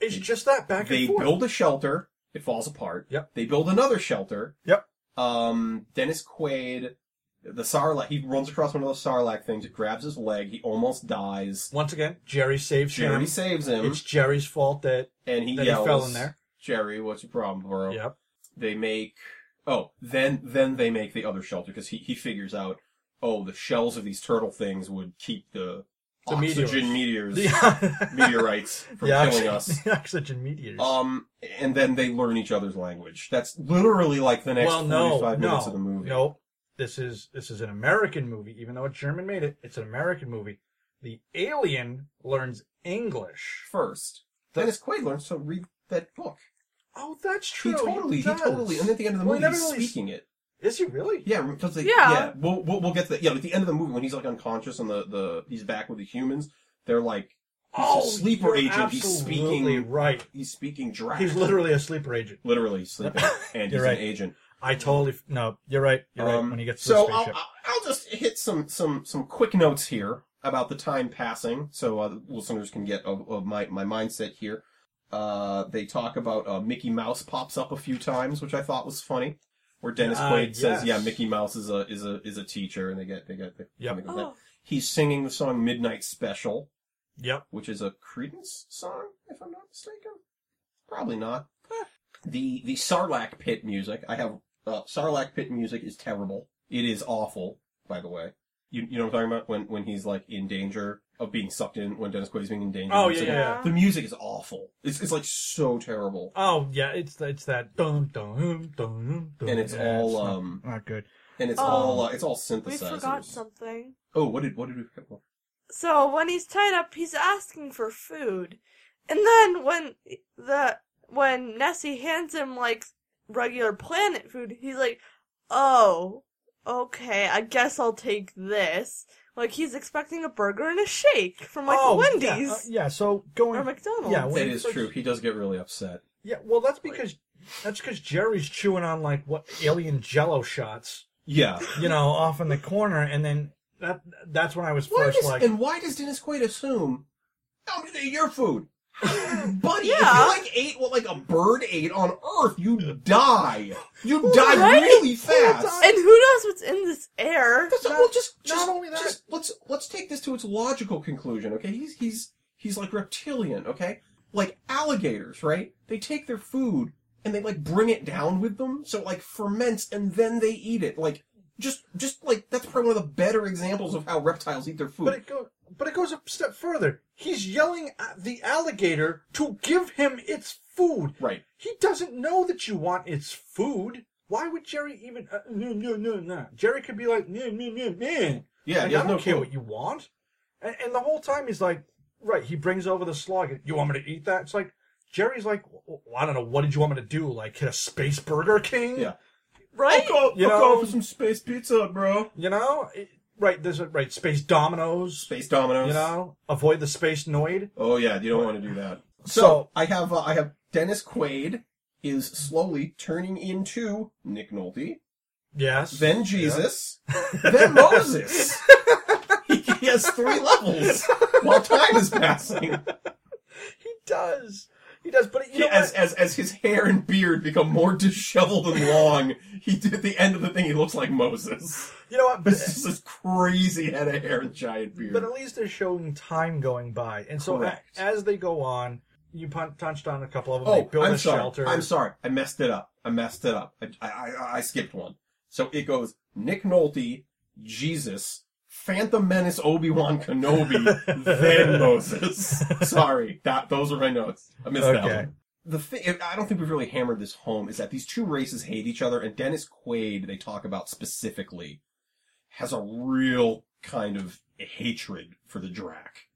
It's just that back They and forth. build a shelter, it falls apart. Yep. They build another shelter. Yep. Um, Dennis Quaid, the sarlacc, he runs across one of those sarlacc things. It grabs his leg. He almost dies. Once again, Jerry saves Jerry him. saves him, It's Jerry's fault that and he that he yells, fell in there. "Jerry, what's your problem, bro?" Yep. they make oh then then they make the other shelter because he, he figures out oh the shells of these turtle things would keep the, The oxygen meteors, The- meteorites from the oxy- killing us the oxygen meteors. um and then they learn each other's language that's literally like the next well, no, 45 no, minutes of the movie no. This is this is an American movie, even though a German made it. It's an American movie. The alien learns English. first The- Dennis Quaid learns to read that book Oh, that's he true. totally he, does. totally and at the end of the Well, movie he he's never really- speaking it Is he really? Yeah, because they, yeah, Yeah. we'll, we'll we'll get to that. Yeah, at the end of the movie when he's like unconscious and the the he's back with the humans, they're like he's oh, a sleeper you're agent. He's absolutely speaking Right. He's speaking draft. He's literally a sleeper agent. literally sleeping, and he's You're right. an agent. I totally f- no. You're right. You're right. Um, When he gets to so the I'll, spaceship, I'll I'll just hit some some some quick notes here about the time passing, so uh, the listeners can get of, of my my mindset here. Uh, they talk about uh, Mickey Mouse pops up a few times, which I thought was funny. Where Dennis Ah, Quaid says, yes. "Yeah, Mickey Mouse is a is a is a teacher," and they get they get the Yep. they go with that. Oh, He's singing the song "Midnight Special," yep. which is a Credence song, if I'm not mistaken. Probably not. the The Sarlacc pit music. I have uh, Sarlacc pit music is terrible. It is awful, by the way. You you know what I'm talking about when when he's like in danger of being sucked in when Dennis Quaid's being in danger. Oh He's yeah, yeah. like- yeah. The music is awful. It's it's like so terrible. Oh yeah. It's it's that dun dun dun dun. And it's Oh, Yeah, all, not- um, not good. And it's Oh. all uh, it's all we synthesizers. forgot something. Oh, what did what did we forget? So when he's tied up, he's asking for food, and then when the when Nessie hands him like regular planet food, he's like, "Oh, okay, I guess I'll take this." Like he's expecting a burger and a shake from like oh, yeah, Wendy's uh, Yeah, So going or McDonald's. Yeah, when That he is first- true. He does get really upset. Yeah, well, that's because that's because Jerry's chewing on like what alien Jello shots, Yeah. you know, off in the corner, and then that that's when I was Why first does, like, and why does Dennis Quaid assume I'm gonna eat your food? Buddy, if Yeah. you like ate what like a bird ate on Earth, you die. You die Right? really fast. and who knows what's in this air? That's- well, just, not just- only that- just- let's let's take this to its logical conclusion. Okay, he's he's he's like reptilian. Okay, like alligators, right? They take their food and they like bring it down with them, so it like ferments and then they eat it. Like just just like that's probably one of the better examples of how reptiles eat their food. but it goes, but it goes a step further. He's yelling at the alligator to give him its food. Right. He doesn't know that you want its food. Why would Jerry even? Uh, no, no, no, no. Jerry could be like, no, no, no, no. Yeah, Like, he has I don't no care clue. what you want. And, and the whole time he's like, right, he brings over the slug. You want me to eat that? It's like, Jerry's like, well, I don't know, what did you want me to do? Like, hit a space Burger King? Yeah. Right? Go, You I'll know- go for some space pizza, bro. You know? It- right, there's a, right, space dominoes. Space dominoes. You know? Avoid the space noid. Oh yeah, you don't want to do that. So, So- I have uh, I have Dennis Quaid is slowly turning into Nick Nolte, Yes. then Jesus, then Moses. he he has three levels while time is passing. He does. He does, but you He- know as, what? as as his hair and beard become more disheveled and long, he at the end of the thing he looks like Moses. You know what? It's just this crazy head of hair and giant beard. But at least they're showing time going by, and so a- Correct. as they go on, you pun- touched on a couple of them. they Oh, build I'm a sorry. shelter. I'm sorry. I messed it up. I messed it up. I, I, I, I skipped one. So it goes Nick Nolte, Jesus, Phantom Menace, Obi Wan Kenobi, then Moses. Sorry, that those are my notes. I missed Okay. that one. The thing I don't think we've really hammered this home is that these two races hate each other, and Dennis Quaid, they talk about specifically, has a real kind of hatred for the Drac.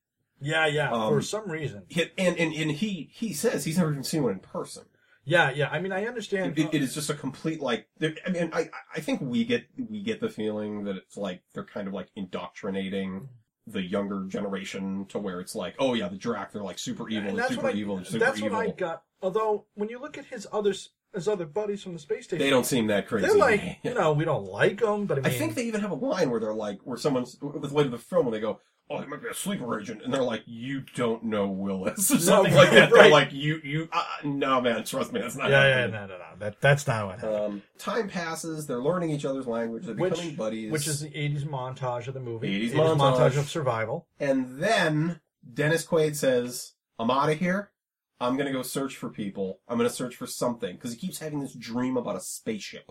Yeah, yeah. for Um, some reason. He- And and, and he, he says he's never even seen one in person. Yeah, yeah. I mean, I understand. uh, It, it- it is just a complete like. there- I mean, I I think we get we get the feeling that it's like they're kind of like indoctrinating the younger generation to where it's like, oh yeah, the Drac, they're like super evil, and they're that's super what I, evil, they're super that's evil. what I got. Although, when you look at his other s- his other buddies from the space station, They don't seem that crazy. They're like, you know, we don't like them, but I I mean, think they even have a line where they're like, where someone's with later the film, when they go, "Oh, it might be a sleeper agent," and they're like, "You don't know Willis" or something like that. They're right. like, "You, you, uh, no, man, trust me, that's not." yeah, yeah, happening." no, no, no. That that's not what happened. Um, time passes. They're learning each other's language. They're which, becoming buddies. which is the '80s montage of the movie. 80s montage. montage. of survival. And then Dennis Quaid says, I'm out of here. I'm going to go search for people. I'm going to search for something. Because he keeps having this dream about a spaceship.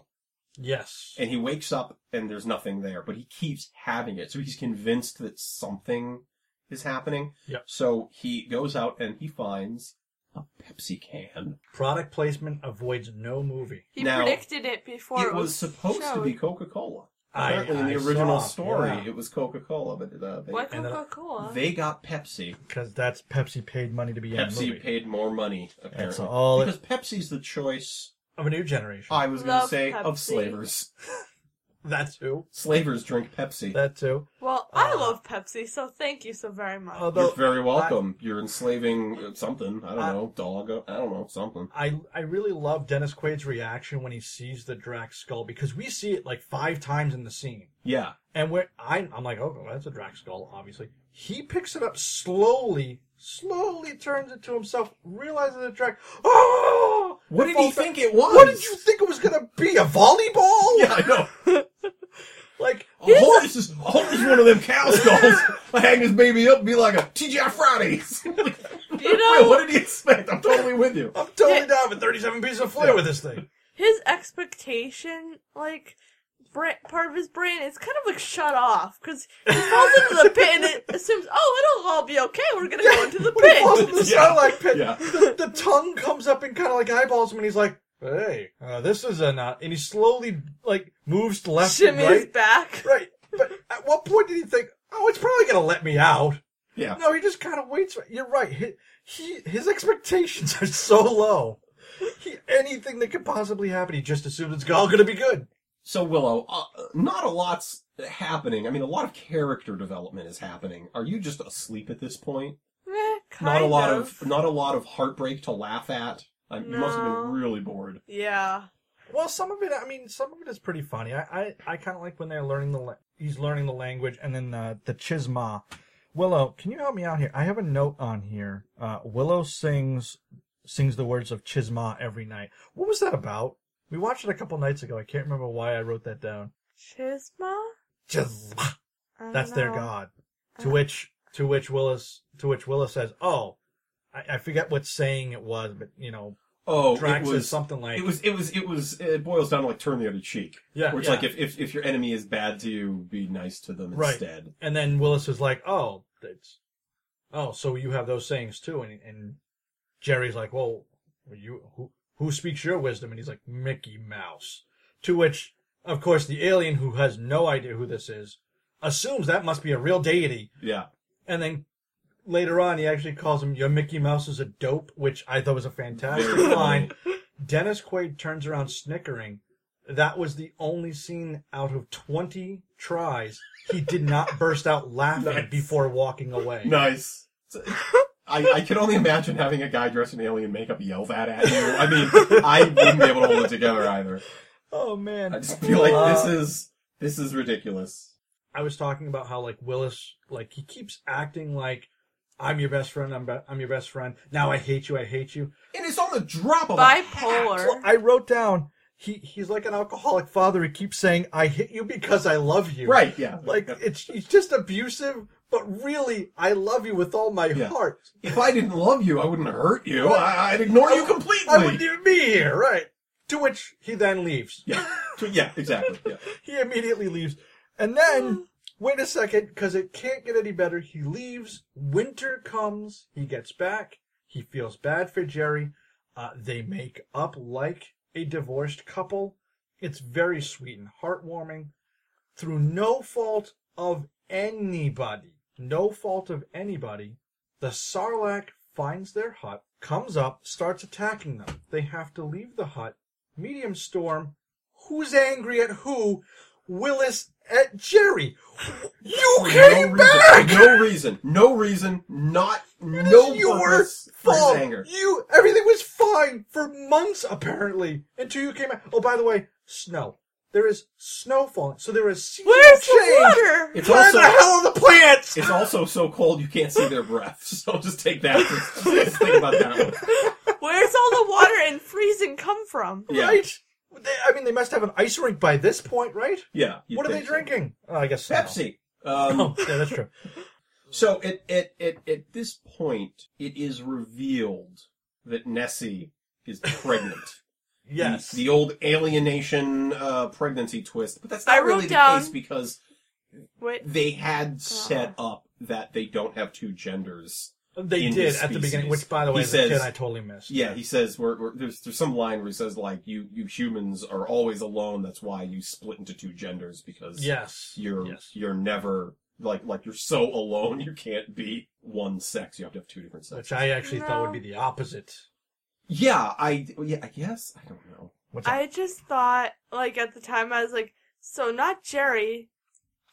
Yes. And he wakes up and there's nothing there, but he keeps having it. So he's convinced that something is happening. Yep. So he goes out and he finds a Pepsi can. Product placement avoids no movie. He Now, predicted it before it was supposed to shown. be Coca Cola. I- Apparently, in I the original saw, story, yeah. it was Coca Cola, but uh, they, What And then- Coca Cola? they got Pepsi. because that's Pepsi paid money to be in the Pepsi movie paid more money, apparently. That's all it- because Pepsi's the choice, of a new generation. I was going to Love say, of Pepsi. slavers. that too. Slavers drink Pepsi. That too. Well, I Uh, love Pepsi, so thank you so very much. Although You're very welcome. You're enslaving uh, something. I don't I- know. Dog. uh, I don't know. Something. I I really love Dennis Quaid's reaction when he sees the Drax skull because we see it like five times in the scene. Yeah. And where I'm, I'm like, oh, well, that's a Drax skull, obviously. He picks it up slowly, slowly turns it to himself, realizes the Drax. Oh! What And did he falls back. think it was? What did you think it was gonna be? A volleyball? Yeah, I know. Like, A horse is, a horse is one of them cow skulls. I hang this baby up and be like a TGI Fridays. you know, what did he expect? I'm totally with you. I'm totally down with 37 pieces of flair with this thing. his expectation, like, bra- part of his brain is kind of like shut off because he falls into the pit and it assumes, oh, it'll all be okay. We're gonna go into the When he falls pit. into the Yeah. satellite pit, Yeah. the, the tongue comes up and kind of like eyeballs him, and he's like, "Hey, uh, this is a not." And he slowly like moves to left and Shimmy his right. back. Right. But at what point did he think, "Oh, it's probably gonna let me out"? Yeah. No, he just kind of waits. For You're right. He, he his expectations are so low. He, anything that could possibly happen, he just assumes it's all gonna be good. So Willow, uh, not a lot's happening. I mean, a lot of character development is happening. Are you just asleep at this point? Eh, kind not a lot of. not a lot of heartbreak to laugh at. I, You must have No. been really bored. Yeah. Well, some of it, I mean, some of it is pretty funny. I, I, I kind of like when they're learning the, la- he's learning the language, and then uh, the chisma. Willow, can you help me out here? I have a note on here. Uh, Willow sings, sings the words of chisma every night. What was that about? We watched it a couple nights ago. I can't remember why I wrote that down. Chisma? Chisma. I don't That's their know. god. To which, to which Willis, to which Willis says, "Oh, I, I forget what saying it was, but you know, Oh, Drax it says was. something like, It was. It was. It was. It boils down to like turn the other cheek. Yeah, Where it's yeah. like if, if if your enemy is bad to you, be nice to them Right. instead. and then Willis is like, "Oh, it's, oh, so you have those sayings too." And and Jerry's like, "Well, you who who speaks your wisdom?" And he's like, "Mickey Mouse." To which, of course, the alien who has no idea who this is assumes that must be a real deity, Yeah. And then later on, he actually calls him "Your Mickey Mouse is a dope," which I thought was a fantastic Very line. Dennis Quaid turns around snickering. That was the only scene out of twenty tries he did not burst out laughing Nice. before walking away. Nice. I, I can only imagine having a guy dressed in alien makeup yell that at you. I mean, I wouldn't be able to hold it together either. Oh man! I just feel like this Uh, is this is ridiculous. I was talking about how like Willis, like he keeps acting like I'm your best friend. I'm be- I'm your best friend. Now I hate you. I hate you. And it's on the drop of a hat. Bipolar. I wrote down he he's like an alcoholic father. He keeps saying I hit you because I love you. Right? Yeah. Like it's he's just abusive, but really I love you with all my Yeah. heart. if I didn't love you, I wouldn't hurt you. I, I'd ignore you completely. I wouldn't even be here, right? To which he then leaves. yeah. To- yeah. Exactly. Yeah. he immediately leaves. And then, wait a second, because it can't get any better. He leaves. Winter comes. He gets back. He feels bad for Jerry. Uh, they make up like a divorced couple. It's very sweet and heartwarming. Through no fault of anybody, no fault of anybody, the Sarlacc finds their hut, comes up, starts attacking them. They have to leave the hut. Medium Storm, who's angry at who? Willis at Jerry. You no came reason. back. No reason. No reason. Not It is no your purpose for his fault. anger. You everything was fine for months apparently until you came out. Oh, by the way, snow. There is snow falling, so there is seasonal Where's change. the water? It's Where also the hell are the plants? it's also so cold you can't see their breath. So just take that. Just, just think about that one. Where's all the water and freezing come from? Yeah. Right? They, I mean, they must have an ice rink by this point, right? Yeah. you'd what are they think so. drinking? Oh, I guess snow. Pepsi. Um, Oh, yeah, that's true. So at, at, at, at this point, it is revealed that Nessie is pregnant. Yes. The, the old alienation uh, pregnancy twist. But that's I not wrote really down- Oh. the case because Wait, they had set up that they don't have two genders. They in did his at the beginning, species. which, by the way, He as a kid, says- I totally missed. Yeah, he says we're, we're, there's there's some line where he says like you you humans are always alone. That's why you split into two genders because Yes. you're Yes. you're never like like you're so alone you can't be one sex. You have to have two different sexes. Which I actually thought would be the opposite. Yeah, I yeah I guess I don't know. What's that? I just thought, like, at the time, I was like, so not Jerry,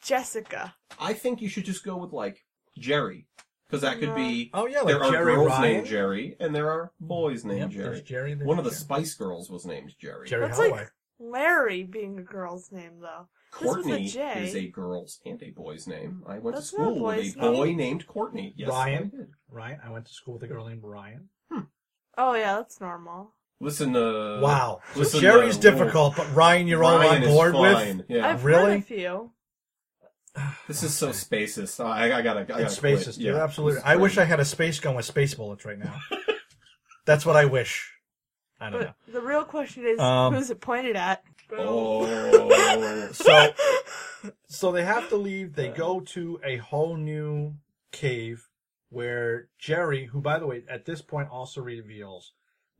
Jessica. I think you should just go with like Jerry because that could be. Oh, yeah, like there are Jerry girls Ryan. named Jerry and there are boys Mm-hmm. Yep, named there's Jerry. Jerry. there's One of the Jerry. Spice Girls was named Jerry. Jerry That's Holloway. like- Larry being a girl's name, though. Courtney this was a J. is a girl's and a boy's name. I went That's to not a school with boy's a boy name. named Courtney. Yes, Ryan? I did. Ryan. I went to school with a girl named Ryan. oh, yeah, that's normal. Listen, uh. wow. So listen, Jerry's uh, difficult, but Ryan, you're all on Ryan is board fine. with. Yeah. I've Really? heard a few. This is so spacist. I, I gotta. I gotta It's spaces. quit. You're Yeah. absolutely. This is I wish I great. had a space gun with space bullets right now. That's what I wish. I don't know. But the real question is, Um, who's it pointed at? Oh. So, so they have to leave. They go to a whole new cave where Jerry, who by the way at this point also reveals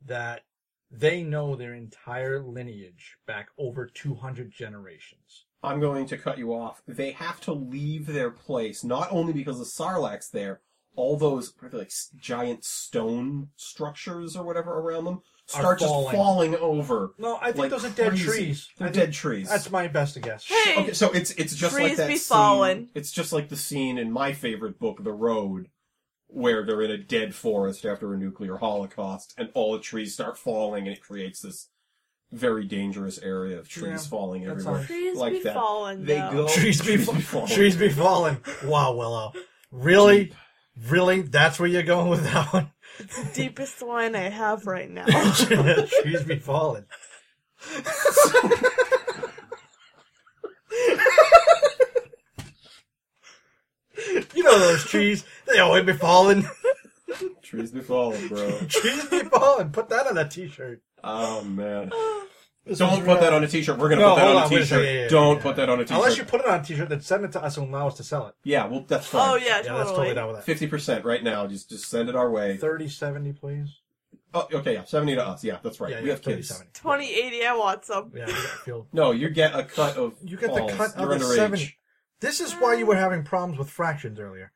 that they know their entire lineage back over 200 generations. I'm going to cut you off. They have to leave their place, not only because the Sarlacc's there, all those what are they, like s- giant stone structures or whatever around them Are start just falling. falling over. No, I think like those are dead crazy. trees. They're I think dead trees. That's my best guess. Hey! Okay, so it's it's just Trees like that be scene. fallen. It's just like the scene in my favorite book, The Road, where they're in a dead forest after a nuclear holocaust, and all the trees start falling, and it creates this very dangerous area of trees Yeah, falling that everywhere. sounds- Trees like be that. fallen, They though. go trees be trees be fa- falling. trees be falling. Wow, Willow, really, really, that's where you're going with that one. Deepest line I have right now. trees be falling. you know those trees? They always be falling. Trees be falling, bro. trees be falling. Put that on a t-shirt. Oh man! This Don't was put real. that on a T-shirt. We're gonna No, put that hold on a on, wait a T-shirt. second, yeah, yeah, Don't yeah. put that on a T-shirt. Unless you put it on a t-shirt, then send it to us and allow us to sell it. yeah, well, that's fine. oh, yeah, totally. Yeah, that's totally down with that. Fifty percent right now. Just just send it our way. 30, 70, please. Oh, okay, yeah, seventy to us. Yeah, that's right. Yeah, we yeah, have kids. 70. 2080, I want some. Yeah, we got field. No, you get a cut of. You get balls. the cut of You're the underage. seventy. This is why you were having problems with fractions earlier.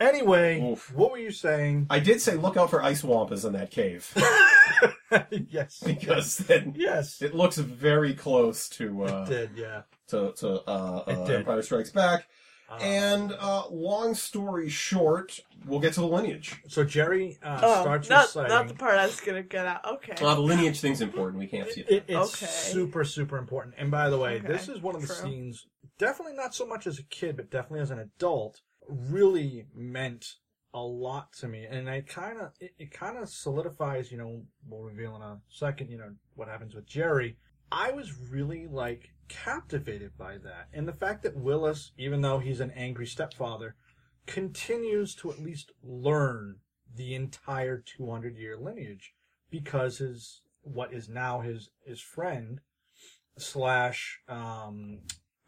Anyway, Oof. what were you saying? I did say look out for ice wampas in that cave yes. because then Yes. it looks very close to It uh, did, yeah. to, to uh, It uh, did. Empire Strikes Back. Uh, And uh, long story short, we'll get to the lineage. so Jerry uh, Oh, starts not, reciting. not the part I was gonna get out. Okay. Uh, the lineage thing's important. We can't see It, it. it's Okay. super, super important. And by the way, Okay, this is one of the true. scenes, definitely not so much as a kid, but definitely as an adult, really meant a lot to me. And I kind of, it, it kind of solidifies, you know, we'll reveal in a second, you know, what happens with Jerry. I was really like captivated by that. And the fact that Willis, even though he's an angry stepfather, continues to at least learn the entire 200 year lineage because his what is now his his friend slash um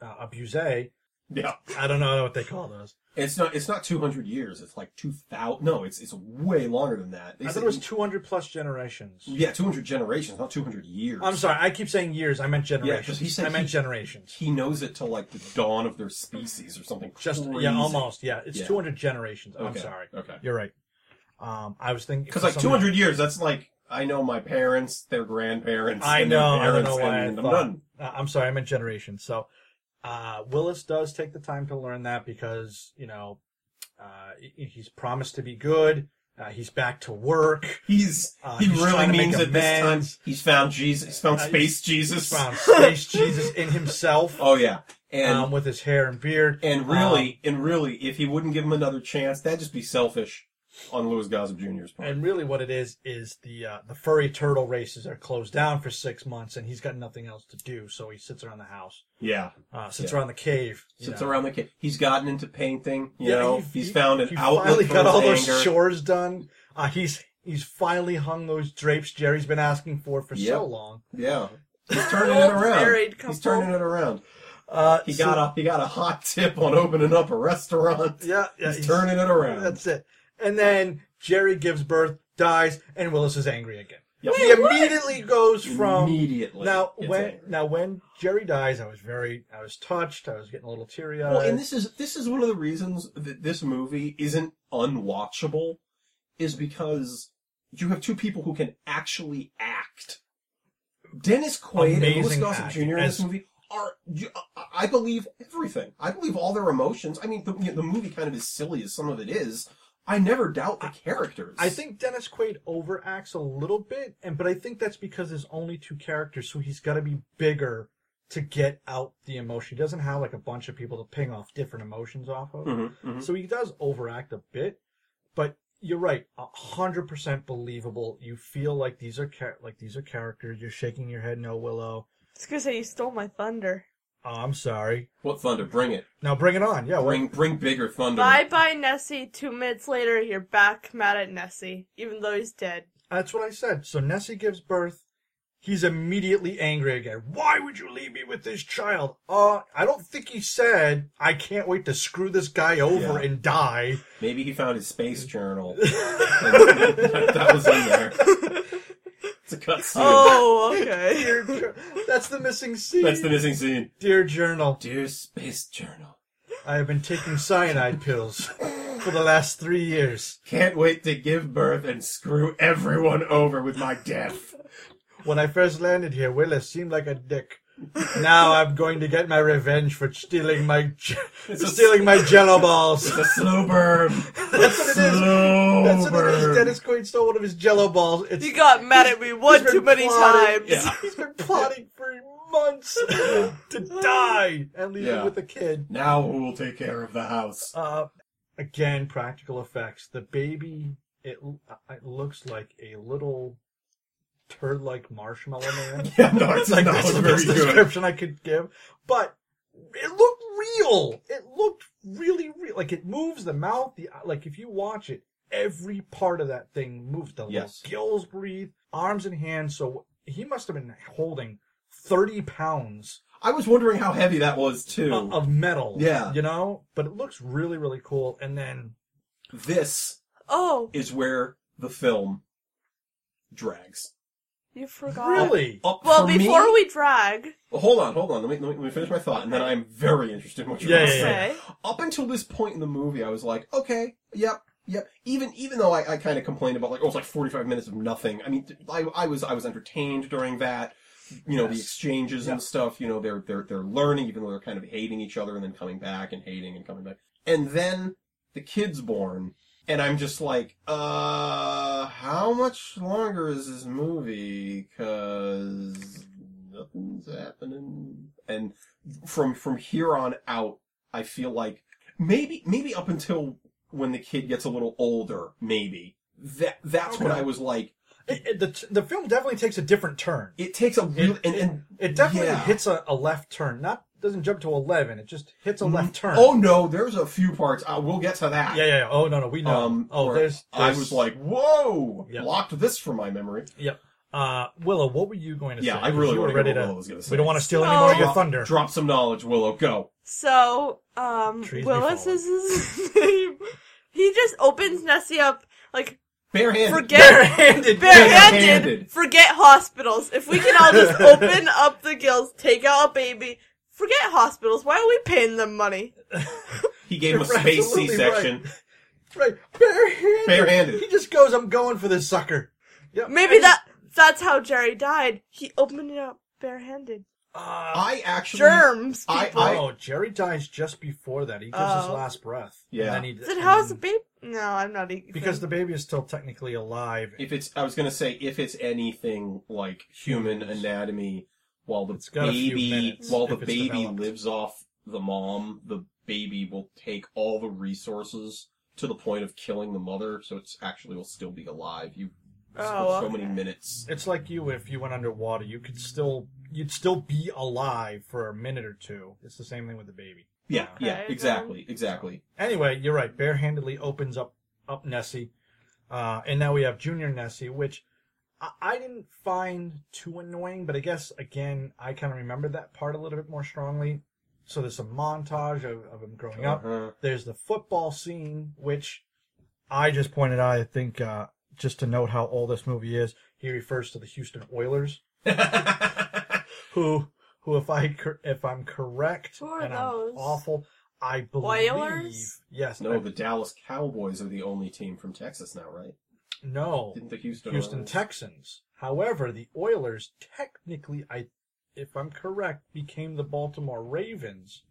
uh, abuse Yeah, I don't know what they call those. it's not. It's not two hundred years. It's like two thousand. No, it's it's way longer than that. They I said- thought it was 200 plus generations. yeah, two hundred generations, not two hundred years. I'm sorry, I keep saying years. I meant Yeah, 'cause generations. he said I meant he- generations. He knows it till like the dawn of their species or something. Just crazy. yeah, almost yeah. It's Yeah. 200 generations. I'm Okay, sorry. Okay. You're right. Um, I was thinking Because like for two some- hundred years, that's like I know my parents, their grandparents, I and their know. I don't parents, know why and I I'm thought. done. Uh, I'm sorry, I meant generations. So uh, Willis does take the time to learn that because you know uh, he- he's promised to be good. Uh, he's back to work. He's Uh, he he's really trying to make means it this time. amends. He's found Jesus. He's found Uh, space Jesus. He's found space Jesus in himself oh yeah, and um, with his hair and beard. and really Um, and really, if he wouldn't give him another chance, that'd just be selfish on Louis Gossip Jr.'s part. And really, what it is is the uh, the furry turtle races are closed down for six months, and he's got nothing else to do, so he sits around the house, yeah, uh, sits Yeah. around the cave, you since know. around the kid, he's gotten into painting. You Yeah, know, he- he's he- found an he outlet finally for got his all anger. those chores done. Uh, he's he's finally hung those drapes Jerry's been asking for for Yep. so long. Yeah, he's turning it Old around. married He's couple. turning it around. Uh, He so- got a he got a hot tip on opening up a restaurant. yeah, yeah, he's, turning it around. That's it. And then Jerry gives birth, dies, and Willis is angry again. Yep. he immediately goes from immediately. now It's when angry. now when Jerry dies, I was very I was touched. I was getting a little teary eyed. Well, and this is this is one of the reasons that this movie isn't unwatchable, is because you have two people who can actually act. Dennis Quaid and Louis Amazing Gossett Jr. acting. in this As- movie are, you- I- I believe everything. I believe all their emotions. I mean, the, you know, the movie kind of as silly as some of it is. I never doubt the characters. I think Dennis Quaid overacts a little bit, and but I think that's because there's only two characters, so he's got to be bigger to get out the emotion. He doesn't have like a bunch of people to ping off different emotions off of, Mhm, mhm. so he does overact a bit. But you're right, a hundred percent believable. You feel like these are char- like these are characters. You're shaking your head, no Willow. I was gonna say you stole my thunder. Oh, I'm sorry. What thunder? Bring it! Now bring it on. Yeah, what- Bring bring bigger thunder! Bye bye Nessie. Two minutes later, you're back mad at Nessie, even though he's dead. That's what I said. So Nessie gives birth. He's immediately angry again. Why would you leave me with this child? Uh, I don't think he said, I can't wait to screw this guy over Yeah. and die. Maybe he found his space journal. And that, that was in there. It's a cut scene. Oh, okay. Dear jour- That's the missing scene. That's the missing scene. Dear journal, Dear space journal. I have been taking cyanide pills for the last three years. Can't wait to give birth and screw everyone over with my death. When I first landed here, Willis seemed like a dick. Now I'm going to get my revenge for stealing my ge- a- stealing my jello balls. It's a slow burn. That's what it is. Slow That's what it burn. is. Dennis Quaid stole one of his Jello balls. It's, You got mad at me one he's been too many plotting- times. Yeah. He's been plotting for months to die and leave Yeah. him with a kid. Now who will take care of the house? Uh, again, practical effects. The baby, it it looks like a little turd-like marshmallow man. Yeah, no, it's like not that's the very best good. description I could give. But it looked real. It looked really real. Like it moves the mouth. The like if you watch it, every part of that thing moves. The little Yes. gills breathe, arms and hands. So he must have been holding thirty pounds I was wondering how heavy that was too. of, of metal. Yeah. you know. But it looks really really cool. And then this Oh, is where the film drags. You forgot. Really? Up Well, for me- before we drag, Well, hold on, hold on. Let me, let me let me finish my thought, and then I'm very interested in what you're Yeah, going to yeah, say. yeah. okay. Up until this point in the movie, I was like, okay, yep, yep. Even even though I, I kind of complained about like oh, it's like 45 minutes of nothing. I mean, th- I, I was I was entertained during that. You know, the Yes. exchanges and stuff. You know, they're they're they're learning, even though they're kind of hating each other and then coming back and hating and coming back. And then the kid's born, and I'm just like, uh, how much longer is this movie? Because nothing's happening. And from from here on out, I feel like maybe maybe up until when the kid gets a little older, maybe that that's when Okay. I was like, It, it- the t- the film definitely takes a different turn. it takes a real and, and It definitely yeah. hits a, a left turn. Not doesn't jump to eleven. It just hits a left turn. Oh no, there's a few parts. Uh, we'll get to that. yeah, yeah, yeah. Oh no, no, we know. Um, oh, where there's, I there's- was like, whoa, Yeah. locked this from my memory. Yep. Uh, Willow, what were you going to Yeah, say? I really You were wanna ready hear what to. Willow was gonna say. We don't want to steal any No. more of your Drop- thunder. Drop some knowledge, Willow. Go. So, um, Trees be Willis falling. is his name. He just opens Nessie up, like, Barehanded. forget, Barehanded. barehanded, Barehanded. forget hospitals. If we can all just open up the gills, take out a baby, forget hospitals. Why are we paying them money? He gave him a You're space absolutely C-section. Right, barehanded. Barehanded. He just goes, "I'm going for this sucker." Yep. Maybe And- that, that's how Jerry died. He opened it up barehanded. Uh, I actually. Germs, I- people. I- oh, Jerry dies just before that. He gives his Oh. last breath. Yeah. And then he, Then how's the and- baby? No, I'm not eating. Mm. because the baby is still technically alive. If it's, I was gonna say, if it's anything like human anatomy, while the It's got a few baby, minutes while if the it's baby developed. lives off the mom, the baby will take all the resources to the point of killing the mother, so it's actually will still be alive. You Oh, so- so okay. many minutes. It's like you if you went underwater, you could still you'd still be alive for a minute or two. It's the same thing with the baby. Yeah, Okay, yeah, then. exactly, exactly. Anyway, you're right. Barehandedly opens up up Nessie, uh, and now we have Junior Nessie, which I, I didn't find too annoying, but I guess again I kind of remember that part a little bit more strongly. So there's a montage of, of him growing up. Uh-huh. There's the football scene, which I just pointed out. I think uh, just to note how old this movie is, he refers to the Houston Oilers, who who if I cor- if I'm correct Who are and those? I'm awful, I believe Oilers? yes, no, I- the Dallas Cowboys are the only team from Texas now, right? no Didn't the Houston Oh. Houston Oilers- Texans. However, the Oilers technically, I if I'm correct, became the Baltimore Ravens.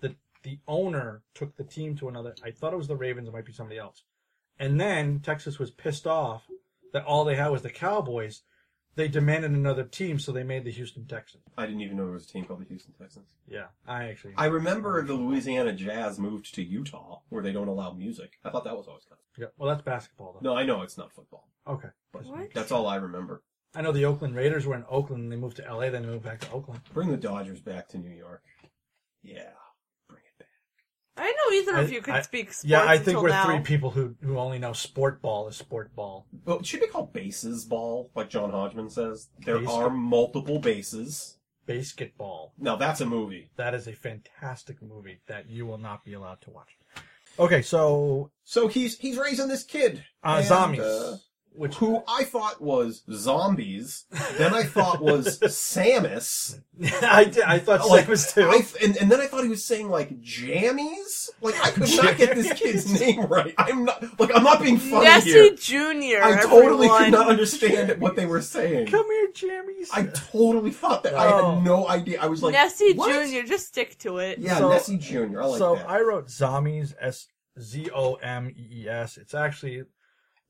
The the owner took the team to another. I thought it was the Ravens. It might be somebody else. And then Texas was pissed off that all they had was the Cowboys. They demanded another team, so they made the Houston Texans. I didn't even know there was a team called the Houston Texans. Yeah, I actually. I remember the Louisiana Jazz moved to Utah, where they don't allow music. I thought that was always kind yeah, well, that's basketball of. though. No, I know it's not football, Okay. but What? that's all I remember. I know the Oakland Raiders were in Oakland. and They moved to LA, then they moved back to Oakland. Bring the Dodgers back to New York. Yeah, bring it back. I know either of I- you could I- speak sports Yeah, I think until we're now. three people who who only know sport ball is sport ball. Well, it should be called bases ball, like John Hodgman says. There Base- are multiple bases. Basketball. Now that's a movie. That is a fantastic movie that you will not be allowed to watch. Okay, so So he's he's raising this kid, uh, and, zombies, uh, which who I thought was zombies. then I thought was Samus. I did, I thought like, Samus too. I, and, and then I thought he was saying like jammies. Like I could not get this kid's name right. I'm not like I'm not being funny Nessie here. Junior. I totally everyone. could not understand what they were saying. Come here, jammies. I totally thought that. I Oh. had no idea. I was like Nessie what? Junior. Just stick to it. Yeah, So- Nessie Junior. I like so that. I wrote zombies s z o m e e s. It's actually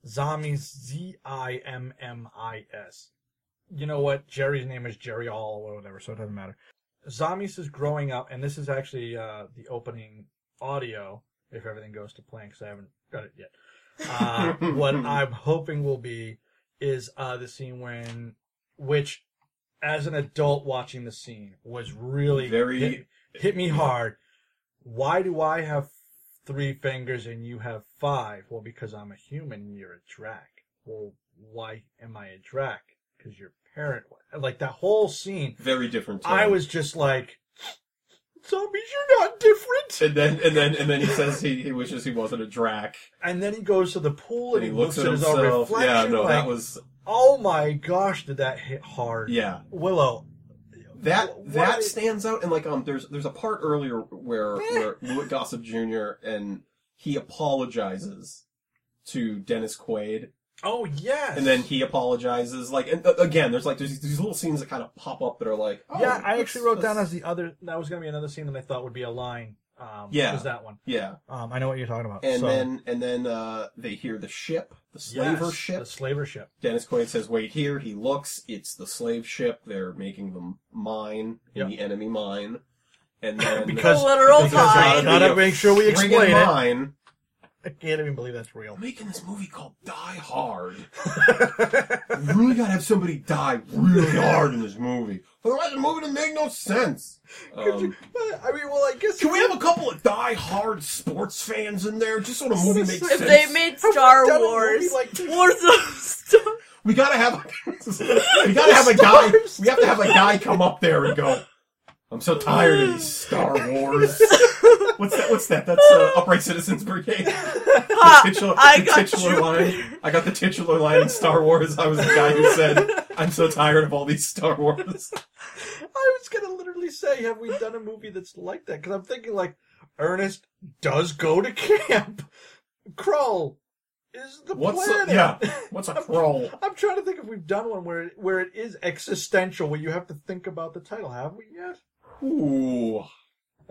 zombies z i m m i s. You know what? Jerry's name is Jerry All or whatever, so it doesn't matter. Zombies is growing up, and this is actually uh, the opening audio. If everything goes to plan, because I haven't got it yet. Uh, what I'm hoping will be is uh, the scene when, which, as an adult watching the scene, was really Very- hit, hit me hard. Why do I have three fingers and you have five? Well, because I'm a human and you're a drac. Well, why am I a drac? Because your parent, like that whole scene. Very different. tone. I was just like, zombies, you're not different. And then and then and then he says he, he wishes he wasn't a drac. And then he goes to the pool And and, he looks at his own himself. reflection. Yeah, no, like, that was Oh my gosh, did that hit hard? Yeah. Willow. That What- that what- stands out, and like um, there's there's a part earlier where Eh. where Louis Gossip Jr. and he apologizes to Dennis Quaid, Oh yes. and then he apologizes. Like and, uh, again, there's like there's these little scenes that kind of pop up that are like, oh, yeah, I that's- actually wrote down that's- as the other. That was going to be another scene that I thought would be a line. Um, Yeah. Was that one? yeah, Um, I know what you're talking about. and So, then and then uh, they hear the ship, the slaver yes, ship. The slaver ship. Dennis Quaid says, "Wait here." He looks. It's the slave ship. They're making them mine Yep. in the enemy mine, and then Because- The literal because time. I gotta make sure we Friggin' explain it. mine. I can't even believe that's real. I'm making this movie called Die Hard. You really gotta have somebody die really hard in this movie. Otherwise, the movie doesn't make no sense. Could you- Um, I mean, well, I guess can we have a couple of Die Hard sports fans in there just so the movie makes If sense? they made Star done a movie Wars, like this? Wars of Star. we gotta have a, we gotta have a guy. We have to have a guy come up there and go. I'm so tired of these Star Wars. What's that? What's that? That's uh, Upright Citizens Brigade. Ha, titular, I the got titular you. line. I got the titular line in Star Wars. I was the guy who said, "I'm so tired of all these Star Wars." I was gonna literally say, have we done a movie that's like that? Because I'm thinking like Ernest does go to camp. Crawl is the What's a, planet. yeah? What's a crawl? I'm trying to think if we've done one where where it is existential, where you have to think about the title. Have we yet? Ooh,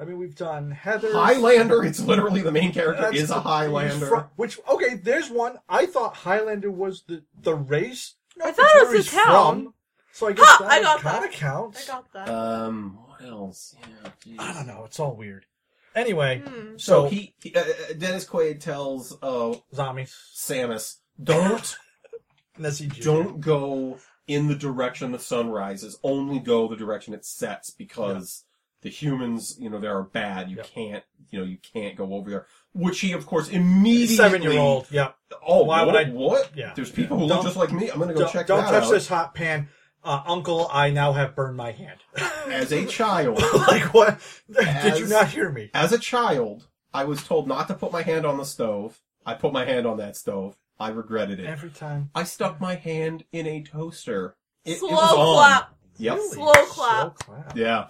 I mean, we've done Heather. Highlander. It's literally the main character That's is a the- Highlander. fr- Which okay, there's one. I thought Highlander was the the race. No, I thought it was where the he's town. From, so I guess Ha, that I got kind of that. counts. I got that. um, what else? Yeah, geez. I don't know. It's all weird. Anyway, so, Hmm. So he, he- uh, uh, Dennis Quaid tells uh, zombies. Samus, "Don't, Unless he don't go in the direction the sun rises. Only go the direction it sets because the humans, you know, they are bad. You Yeah. can't, you know, you can't go over there." Which he, of course, immediately seven year old. Yeah. Oh, Why what, would I- What? Yeah. There's people who look Don't- just like me. I'm gonna go Don't, check don't that touch out. this hot pan, uh, Uncle. I now have burned my hand. As a child, like what? Did you As- not hear me? as a child, I was told not to put my hand on the stove. I put my hand on that stove. I regretted it. Every time. I stuck my hand in a toaster. It, Slow it was on. clap. Yep. Really? Slow clap. Slow clap. Yeah.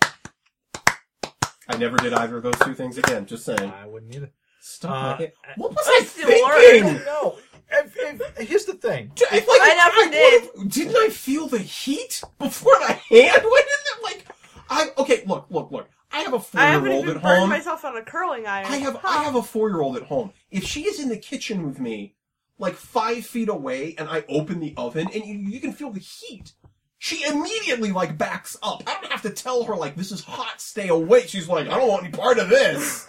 I never did either of those two things again. Just saying. I wouldn't either. Stuck Uh, my hand. What was I I still learn. I thinking? know. If, if, here's the thing. D- Like, I never did. would've- Didn't I feel the heat before my hand went in there? Like, I okay. Look, look, look. I have a I haven't four-year-old even at burned home. myself on a curling iron. I have I Ha. have a four year old at home. If she is in the kitchen with me, like five feet away, and I open the oven and you, you can feel the heat, she immediately like backs up. I don't have to tell her like this is hot, stay away. She's like, I don't want any part of this.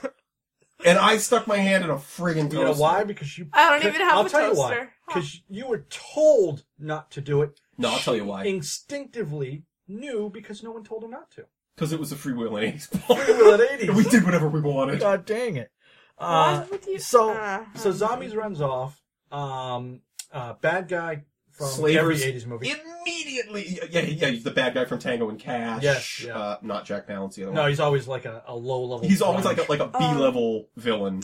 and I stuck my hand in a friggin' You know toaster. why? Because you. I don't even have I'll a tell you why. toaster. Huh. Because you were told not to do it. No, I'll tell you why. Instinctively knew because no one told her not to. Because it was a freewheeling eighties Well, at 80s. we did whatever we wanted. God dang it. Uh, Why would you- so Uh, so um, zombies runs off. Um, uh, bad guy from Slavers every '80s movie. Immediately, yeah, yeah, he's the bad guy from Tango and Cash. Yes, yeah. uh, not Jack Palance, the other no, one. he's always like a, a low level. He's always like a, like a B Um, level villain.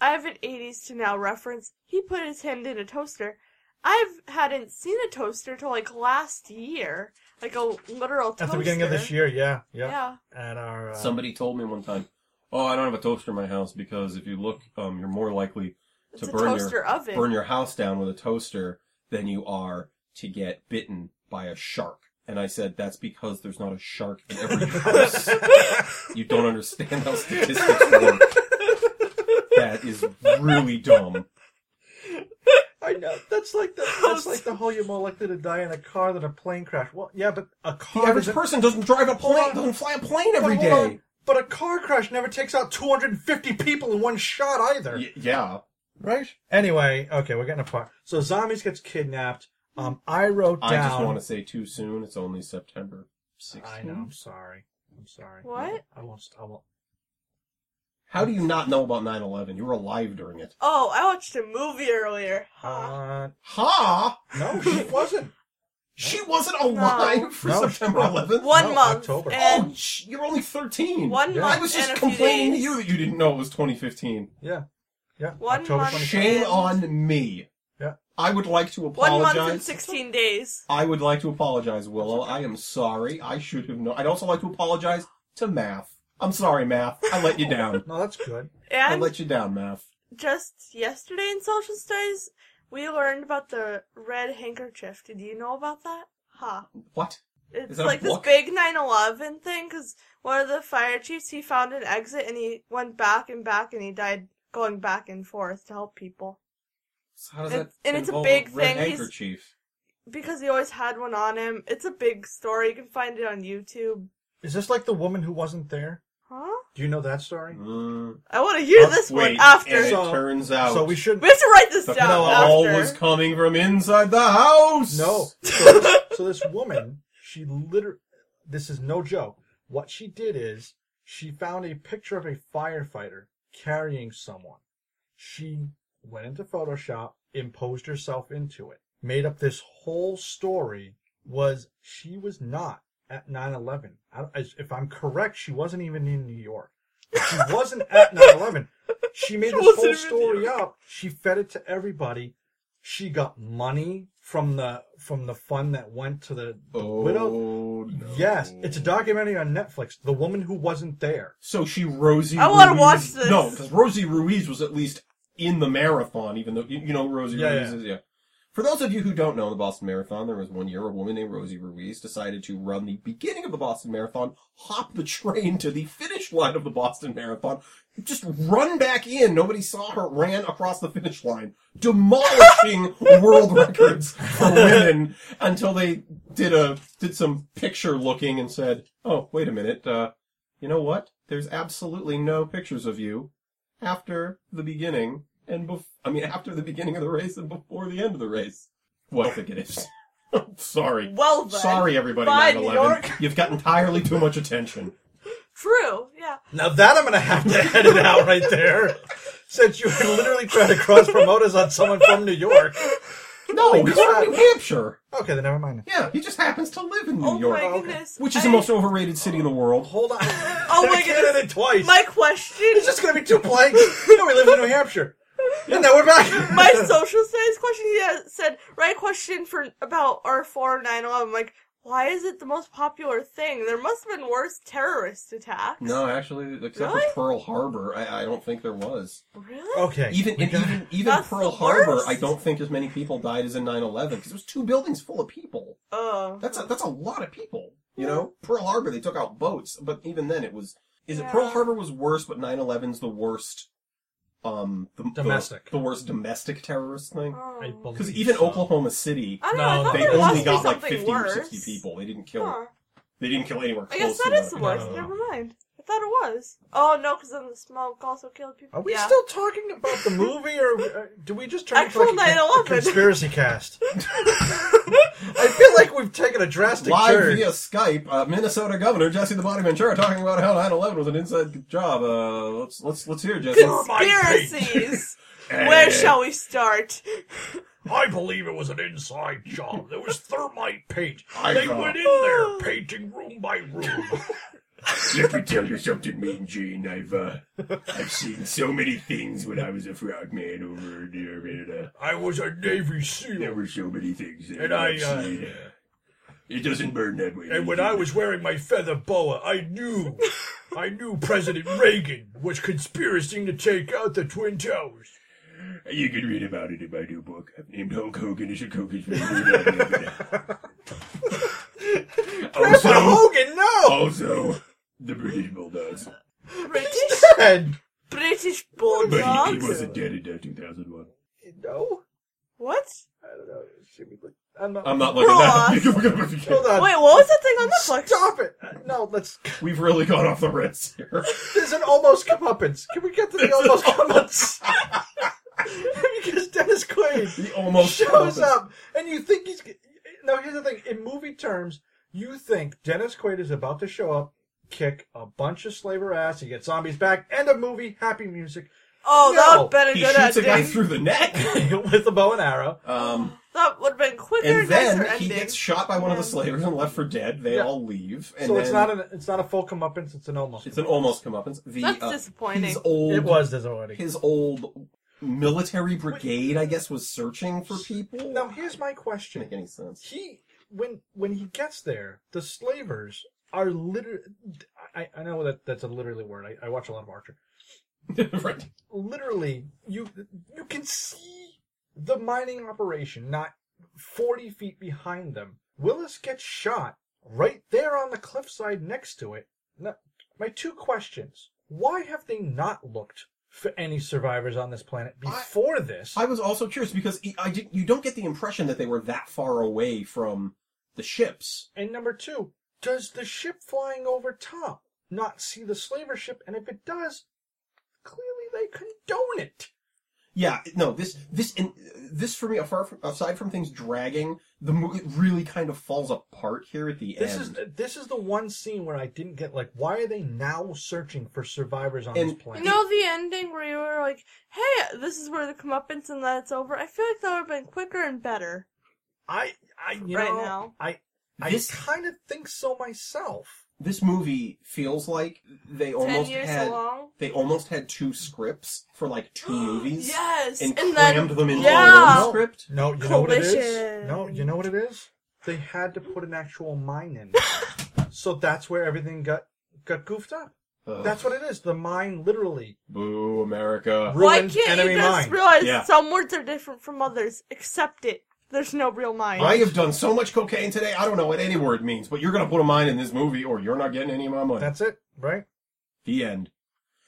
I have an 80s to now reference. He put his hand in a toaster. I've hadn't seen a toaster till like last year, like a literal toaster. at the beginning of this year. Yeah, yeah. Yeah. At our uh, Um, Somebody told me one time, "Oh, I don't have a toaster in my house because if you look, um, you're more likely It's to a burn toaster your oven. burn your house down with a toaster than you are to get bitten by a shark." And I said, "That's because there's not a shark in every house. you don't understand how statistics work. That is really dumb." I know that's like the that's like the whole you're more likely to die in a car than a plane crash. Well, yeah, but a The car average doesn't- person doesn't drive a plane, on. doesn't fly a plane but every hold on, day. But a car crash never takes out 250 people in one shot either. Y- yeah, Right? Anyway, okay, we're getting apart. So zombies gets kidnapped. Um, I wrote down. I just want to say too soon. It's only September. 16th. I know. I'm sorry. I'm sorry. What? I won't. st- I won't. How do you not know about 9/11? You were alive during it. Oh, I watched a movie earlier. Huh. Uh, Ha! no, she wasn't. She wasn't alive for No. September 11th. One no, month Eh. October. Oh, and sh- you're only 13. One Yeah. I month was and just a few complaining to days. you that you didn't know it was 2015. Yeah. Yeah. One October month. 20 Shame on me. Yeah. I would like to One apologize. month and 16 days. I would like to apologize, Willow. I am sorry. I should have known. I'd also like to apologize to Math. I'm sorry, Math. I let you down. No, that's good. I And let you down, Math. just yesterday in social studies, we learned about the red handkerchief. Did you know about that? Huh. What? It's that a like this book? big 9/11 thing because one of the fire chiefs he found an exit and he went back and back and he died going back and forth to help people So how does And- that and it's a involve big red thing. He's- handkerchief? because he always had one on him. It's a big story. You can find it on YouTube. Is this like the woman who wasn't there? Huh? Do you know that story? Mm, I want to hear up this wait, one after. And it So- turns out So we should we have to write this the down call after. was coming from inside the house. No. So this, so this woman, she literally, this is no joke. What she did is she found a picture of a firefighter carrying someone. She went into Photoshop, imposed herself into it, made up this whole story was she was not at 9-11. I, don't- as- if I'm correct, she wasn't even in New York. She wasn't at 9-11. She made this wasn't whole even in New story up. She fed it to everybody she got money from the from the fund that went to the, the Oh, widow. no. Yes, it's a documentary on Netflix. The woman who wasn't there. So she Rosie. I wanna Ruiz- watch this. No, because Rosie Ruiz was at least in the marathon, even though you, you know Rosie Yeah, Ruiz yeah. is yeah. For those of you who don't know the Boston Marathon, there was one year a woman named Rosie Ruiz decided to run the beginning of the Boston Marathon, hop the train to the finish line of the Boston Marathon, just run back in. Nobody saw her, ran across the finish line, demolishing world records for women until they did a did some picture looking and said, "Oh, wait a minute, uh, you know what? There's absolutely no pictures of you after the beginning and bef- I mean after the beginning of the race and before the end of the race. What I think it is. Sorry. Well then. Sorry everybody, Bye, 9/11. New York. You've got entirely too much attention. True. Yeah. Now that I'm gonna have to edit out right there. Since you were literally trying to cross promote us on someone from New York. No, Oh he's from New Hampshire. Okay, then never mind. Yeah, he just happens to live in New Oh York, my okay. goodness. which is I- the most overrated city in the world. Hold on. Oh my I can't goodness. edit twice. My question. It's just gonna be two blanks. no, we live in New Hampshire. And now we're back. my social studies question he has- said right question for about r4 911 like why is it the most popular thing there must have been worse terrorist attacks No, actually, except Really? for Pearl Harbor, I, I don't think there was. really okay. Even we and got- even even That's Pearl the Harbor, worst. I don't think as many people died as in 9/11 because it was two buildings full of people. oh That's a, that's a lot of people. You know, Pearl Harbor they took out boats, but even then it was is Yeah. it Pearl Harbor was worse, but 9/11's the worst. Um, the, the- Domestic. the, worst domestic terrororist thing. I Oh. believe Because even so. Oklahoma City, I don't know. I No, thought they there must only be got like something 50 worse. or 60 people. They didn't kill. Huh. They didn't kill anywhere I close. guess to that is the that. worst. no, no. Never mind. I thought it was. Oh no, because then the smoke also killed people. Are we yeah. still talking about the movie, or uh, do we just turn Actual into like a, con- a 9/11. conspiracy cast? I feel like we've taken a drastic Live turn. via Skype, uh, Minnesota Governor Jesse the Body Ventura talking about how 9/11 was an inside job. Uh, let's let's let's hear it, Jesse. conspiracies? Eh, Where shall we start? I believe it was an inside job. There was thermite paint. I They know. went in there painting room by room. Let me tell you something, Mean Gene. I've uh, I've seen so many things when I was a frog man over there, and uh, I was a Navy there SEAL, were so many things. That And I, I've uh, seen, uh, it doesn't burn that way. does it? wearing my feather boa, I knew, I knew President Reagan was conspiring to take out the Twin Towers. you can read about it in my new book. I've named Hulk Hogan as a cocaine man. also, Hogan, no. also the British bulldogs, British Ted, British but he, he bulldogs. wasn't dead in uh, 2001. no. What? I don't know. Should we look? I'm not. I'm not looking at Hold that. on. Wait, what was that thing on Netflix? Stop it! No, let's. We've really gone off the rails here. There's an almost comeuppance. Can we get to the almost comeuppance? because Dennis Quaid He almost shows up, and you think he's. Now, here's the thing. In movie terms, you think Dennis Quaid is about to show up, kick a bunch of slaver ass, he gets zombies back, end of movie, happy music, Oh, that No. would have been a He good shoots a guy ending. through the neck. with a bow and arrow. Um, That would have been quicker and and nicer then he ending. gets shot by one of the slavers and left for dead. They Yeah. all leave. And so it's then not an it's not a full comeuppance. It's an almost. it's an almost comeuppance. The, That's uh, disappointing. His old, it was disappointing. his old military brigade, I guess, was searching for people. Now here's my question. make any sense. he when when he gets there, the slavers are literally. I, I know that that's a literally word. I, I watch a lot of Archer. right. Literally, you you can see the mining operation not forty feet behind them. Willis gets shot right there on the cliffside next to it. Now, my two questions: Why have they not looked for any survivors on this planet before this? I was also curious because he- I didn't. You don't get the impression that they were that far away from the ships. And number two, does the ship flying over top not see the slaver ship? And if it does, clearly they condone it. Yeah, no. This, this, and uh, this for me, afar from, aside from things dragging, the movie really kind of falls apart here at the This end. is this is the one scene where I didn't get like, why are they now searching for survivors on And- this planet? You know the ending where you were like, "Hey, this is where the comeuppance and that's over." I feel like that would have been quicker and better. I I you Right know, now. I I This- kind of think so myself. this movie feels like they almost years had along? they almost had two scripts for like two movies. Yes, and, and then- crammed them into yeah. one Oh, script. No, you know what it is. Collision. No, you know what it is. They had to put an actual mine in, so that's where everything got got goofed up. Ugh. That's what it is. The mine literally Boo, America. Why ruined can't enemy you guys mine. realize Yeah. some words are different from others? Accept it. There's no real mind. I have done so much cocaine today, I don't know what any word means, but you're gonna put a mine in this movie or you're not getting any of my money. That's it, right? the end.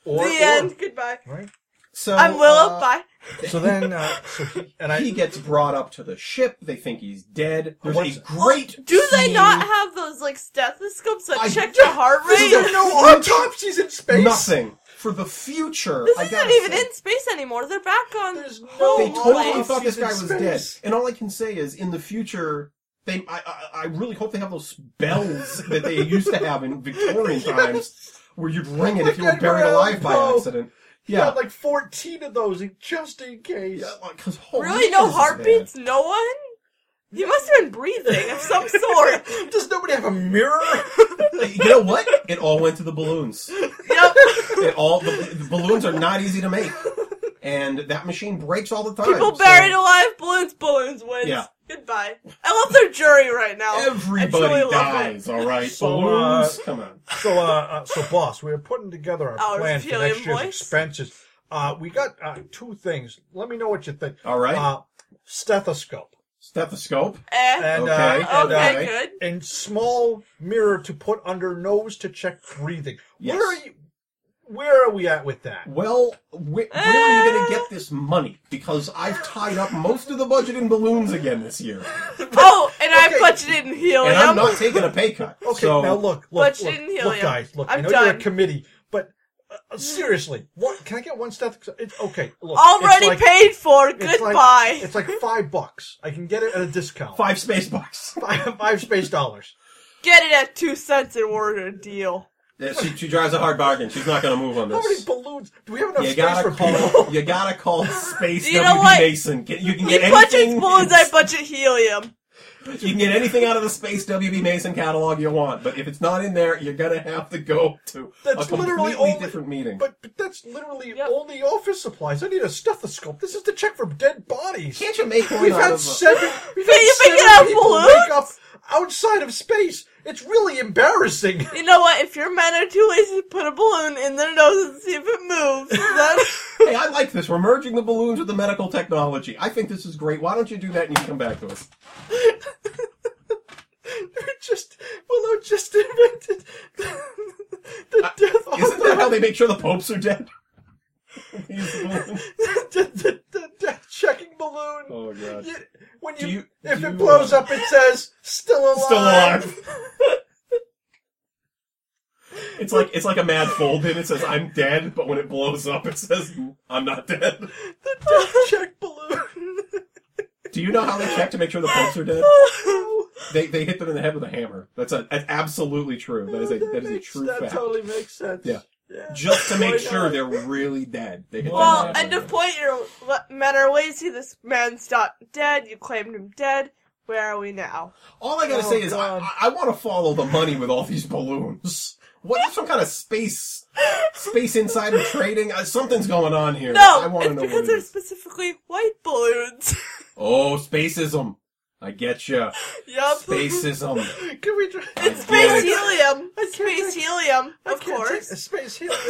Or, or- the end. Goodbye. right? So I'm Willow. uh, bye. So then, uh, so he, and I, he gets brought up to the ship, they think he's dead. There's What's- a great Do they scene- not have those like stethoscopes that I- check your heart This rate? is a- no autopsies in space. Nothing. For the future. This I isn't gotta even say- in space anymore. They're back on There's no They home totally place. thought this guy was Space. dead. And all I can say is, in the future, they I, I, I really hope they have those bells that they used to have in Victorian times, where you'd ring it if you were Like Edgar buried Allan alive by Poe. accident. He had Yeah, like 14 of those in, just in case. yeah, like, 'cause holy Really, no this is bad. heartbeats, no one. You must have been breathing of some sort. Does nobody have a mirror? Uh, You know what? It all went to the balloons. yep. It all the, the balloons are not easy to make, and that machine breaks all the time. People so buried alive, balloons, balloons wins. Yeah. Goodbye. I love their jury right now. I truly Everybody love dies. All right, So, uh, balloons. Come on. so, uh, uh, so boss, we are putting together our Our plan for appealing next year's voice? expenses. Uh, we got uh, two things. Let me know what you think. All right. Uh, stethoscope Stethoscope. it. Eh. and Okay, uh, and, okay, Eh? uh, good. and small mirror to put under nose to check breathing. Yes. Where are you? Where are we at with that? Well, wh- where are Ah! you going to get this money? Because I've tied up most of the budget in balloons again this year, Oh, and Okay. I budgeted in helium. Eh? and I'm not taking a pay cut. Oh, Okay, so, now look, look, But you look, didn't heal look, him. guys, look. i I'm know you're a done. committee, but uh, uh, seriously, what? Can I get one stethoscope? It's okay. Look, it's Already like- paid for. it's like- Goodbye. It's like, five bucks. I can get it at a discount. five space bucks. five, five space dollars. Get it at two cents and we're gonna deal. Yeah, she, she drives a hard bargain. She's not going to move on How many this. balloons? Do we have enough You space gotta for call. people? You gotta call Space You know WB what? Mason. Get- You can He get budgets anything. balloons. I budget helium. You can get anything out of the Space WB Mason catalog you want, but if it's not in there, you're gonna have to go to a That's completely literally only different meeting. But, but that's literally Yep. only office supplies. I need a stethoscope. This is to check for dead bodies. Can't you make one We've out had of a- seven. We've Can had you seven make it out of people balloons? wake up outside of space. It's really embarrassing. You know what? If your men are too lazy to put a balloon in their nose and see if it moves, then Hey, I like this. We're merging the balloons with the medical technology. I think this is great. Why don't you do that and you come back to us? They just Willow just invented the, the death Uh, Isn't off that how they make sure the popes are dead? the, the, the death checking balloon. Oh, God. You- when you, Do you- if do it you, blows uh, up, it says still alive. Still alive. It's like it's like a mad fold in. It says I'm dead, but when it blows up, it says I'm not dead. The death check balloon. Do you know how they check to make sure the popes are dead? They they hit them in the head with a hammer. That's a that's absolutely true. That is a that is a makes- true that fact. totally makes sense. Yeah. Yeah. Just to make Why sure not? they're really dead. They hit them well, in the head end with a of hammer. point. Your le- men are lazy. This man's not dead. You claimed him dead. Where are we now? All I gotta Oh, say is I, God. I, I want to follow the money with all these balloons. What some kind of space space insider trading? Uh, something's going on here. No, I want it's to know because what it they're is. specifically white balloons. Oh, spacism. I get you. yup. Spacism. Can we try? It's space helium. Space helium, of course. space helium.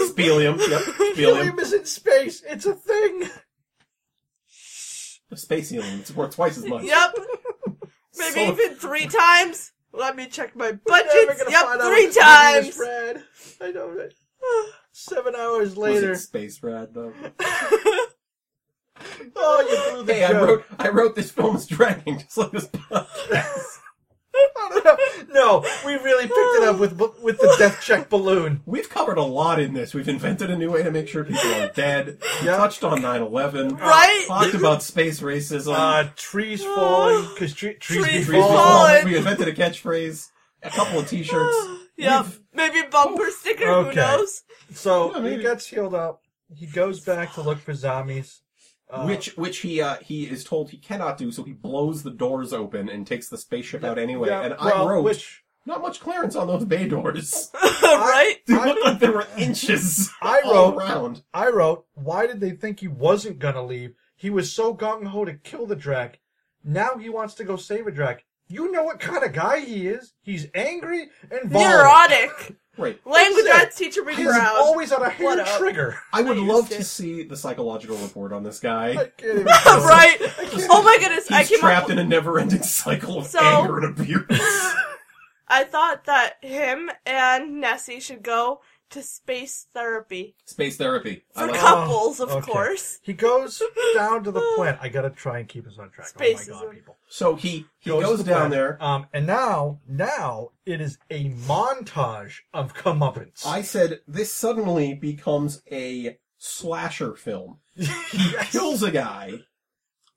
Spelium. Yep. Spelium. is in space. It's a thing. Spacium. It's worth twice as much. Yup. Maybe So- even three times. Let me check my budgets. Yep, three times. I know that. Seven hours Was it space rad though? Oh, you blew Hey, I wrote I wrote this film is dragging just like this podcast. no, we really picked it up with with the death check balloon. We've covered a lot in this. We've invented a new way to make sure people are dead. We touched on 9-11. Right? Talked about space racism. Uh, trees falling because tre- trees, Trees trees Trees fall. we fall. call it. Fallen. We invented a catchphrase. A couple of t-shirts. Yep. We've- Maybe bumper sticker. Who Okay. knows? So Yeah, maybe. he gets healed up. He goes back to look for zombies. Uh, which which he uh, he is told he cannot do, so he blows the doors open and takes the spaceship out anyway. yeah, and well, I wrote which not much clearance on those bay doors. right? they looked like they were inches I all wrote- around. I wrote. Why did they think he wasn't gonna leave? He was so gung ho to kill the Drac. Now he wants to go save a Drac. You know what kind of guy he is. He's angry and violent. Neurotic. Right. Language That's it. arts teacher being He's proud. always on a hair What up? trigger. I would I love used to it. see the psychological report on this guy. I can't even- right? Oh my goodness! I He's came trapped up. in a never-ending cycle of So- anger and abuse. I thought that him and Nessie should go to space therapy Space therapy. I for like couple- that. couples, of Oh, okay. course. He goes down to the plant. I gotta try and keep us on track. Space oh is my god, in- people. So he he to goes, the down plant. there. Um, and now, now it is a montage of comeuppance. I said this suddenly becomes a slasher film. Yes. Kills a guy,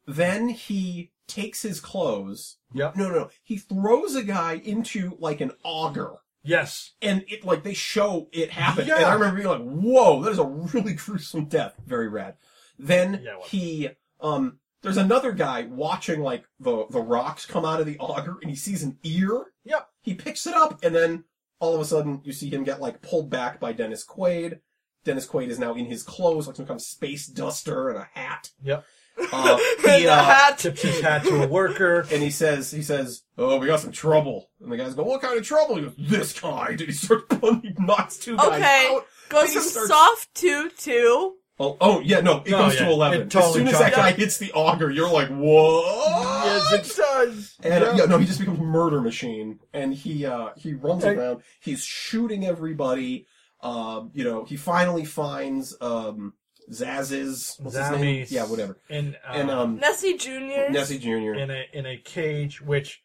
then he takes his clothes. Yep. No, no, no. He throws a guy into like an auger. Yes. and it like they show it happen. Yeah. And I remember being like, "Whoa, that is a really gruesome death. Very rad." Then Yeah, it was. he um. There's another guy watching like the the rocks come out of the auger, and he sees an ear. Yep. He picks it up, and then all of a sudden you see him get like pulled back by Dennis Quaid. Dennis Quaid is now in his clothes, like some kind of space duster and a hat. Yep. Uh, And he, the uh, hat. Tips his hat to a worker. and he says, he says, "Oh, we got some trouble." And the guys go, "What kind of trouble?" He goes, "This kind." And he starts, he knocks two guys Okay. out. Goes he from starts- soft to to. Oh, oh yeah, no, it No, goes yeah, to eleven. it totally as soon as that jumps. guy hits the auger, you're like, "Whoa!" Oh, it does. And uh, yeah, no, he just becomes a murder machine, and he uh, he runs Okay. around. He's shooting everybody. Um, you know, he finally finds um, Zaz's what's his name? Zombies. Yeah, whatever. In, uh, And um, Nessie Junior. Nessie Junior. in a in a cage, which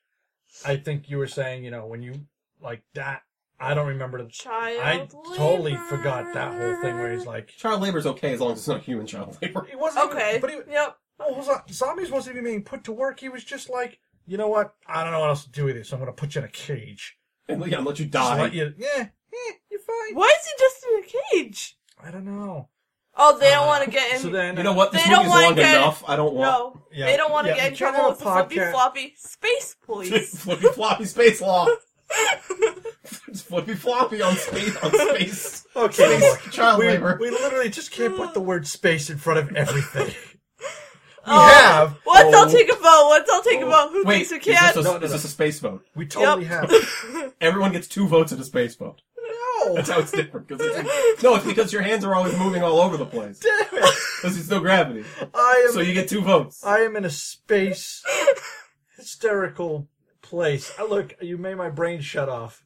I think you were saying, you know, when you like that. I don't remember the. Child. I totally labor. forgot that whole thing where he's like, Child labor's okay as long as it's not human child labor. he wasn't. Okay. Even, but he, Yep. Well, hold on. Zombies wasn't even being put to work. He was just like, you know what? I don't know what else to do with you, so I'm going to put you in a cage. And yeah, let you Just die. let you- yeah, yeah, you're fine. Why is he just in a cage? I don't know. Oh, they don't Uh, want to get in. So then, You know what? This They don't movie's wanna long get- enough. I don't want no, Yeah. they don't want to Yeah, get you in can't trouble have with a the flippy podcast. floppy space police. flippy floppy space law. it's flippy floppy on space on space. Okay, Space look. child we, labor. we literally just can't put the word space in front of everything. we Oh. have. Let's Oh. all take a vote. Let's all take a vote. Who Wait, thinks who is this, a, can? No, no, is this a space vote? We totally Yep. have. Everyone gets two votes at a space vote. No. That's how it's different. 'cause it's- no, it's because your hands are always moving all over the place. Damn it. Because there's no gravity. I am, So you get two votes. I am in a space hysterical place. Uh, look, you made my brain shut off.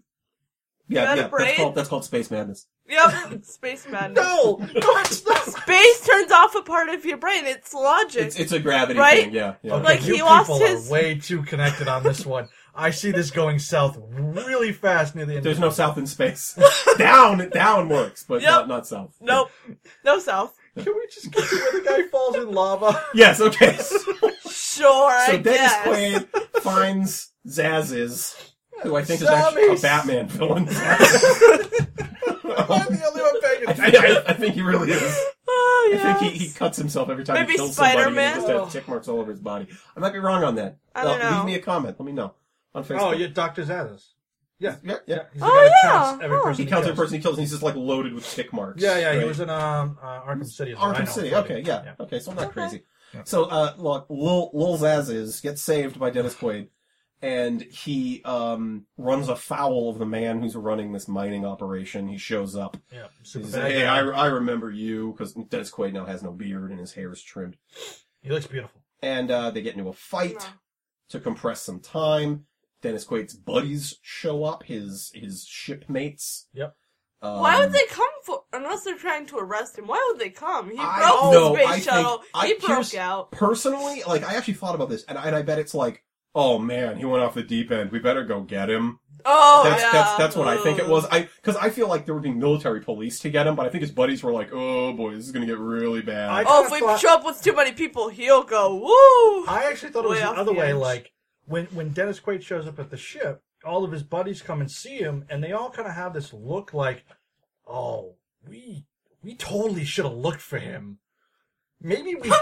Yeah, got a yeah. That's brain? called, that's called space madness. Yep, space madness. No, that's not. Space turns off a part of your brain. It's logic. It's, it's a gravity Right? thing, yeah. yeah. Okay, Like, you he lost people his- are way too connected on this one. I see this going south really fast near the end. There's no south in space. down, down works, but Yep. not, not south. nope. No south. Can we just get to where the guy falls in lava? Yes, okay. Sure, So I Dennis guess. Quaid finds Zaz's, who I think is actually a Zombies. Batman villain. Um, I'm the only one paying Oh. I, I- I think he really is. Oh, I yes. think he, he cuts himself every time he Maybe kills somebody. and Spider-Man? He just has tick marks all over his body. I might be wrong on that. I don't Uh, know. Leave me a comment. Let me know on Facebook. Oh, yeah, Dr. Zazas. Yeah. Yeah, yeah. He's Oh, that yeah, counts every huh. person He counts every person he kills, and he's just like loaded with tick marks. Yeah, yeah. He right? was in um, uh, Arkham City. as well. I Arkham know, City. but- Okay, yeah. Okay, so I'm not Okay. crazy. Yeah. So, uh, look, Lil, Lil Zaz is gets saved by Dennis Quaid, and he um, runs afoul of the man who's running this mining operation. He shows up. Yeah. Super He's bad like, hey, guy. I, I remember you, because Dennis Quaid now has no beard and his hair is trimmed. He looks beautiful. And uh, they get into a fight No. to compress some time. Dennis Quaid's buddies show up, his his shipmates. Yep. Um, Why would they come for? Unless they're trying to arrest him. Why would they come? He I broke don't know. the space I think- shuttle. I- he broke here's- out. personally, like I actually thought about this, and I, and I bet it's like, oh man, he went off the deep end. We better go get him. Oh that's yeah. that's that's what I think it Ugh. was. I because I feel like there would be military police to get him, but I think his buddies were like, oh boy, this is gonna get really bad. I- Oh, if we Thought- show up with too many people, he'll go woo. I actually thought it was Way the off other the way. edge. Like when when Dennis Quaid shows up at the ship, all of his buddies come and see him, and they all kind of have this look like, "Oh, we we totally should have looked for him. Maybe we.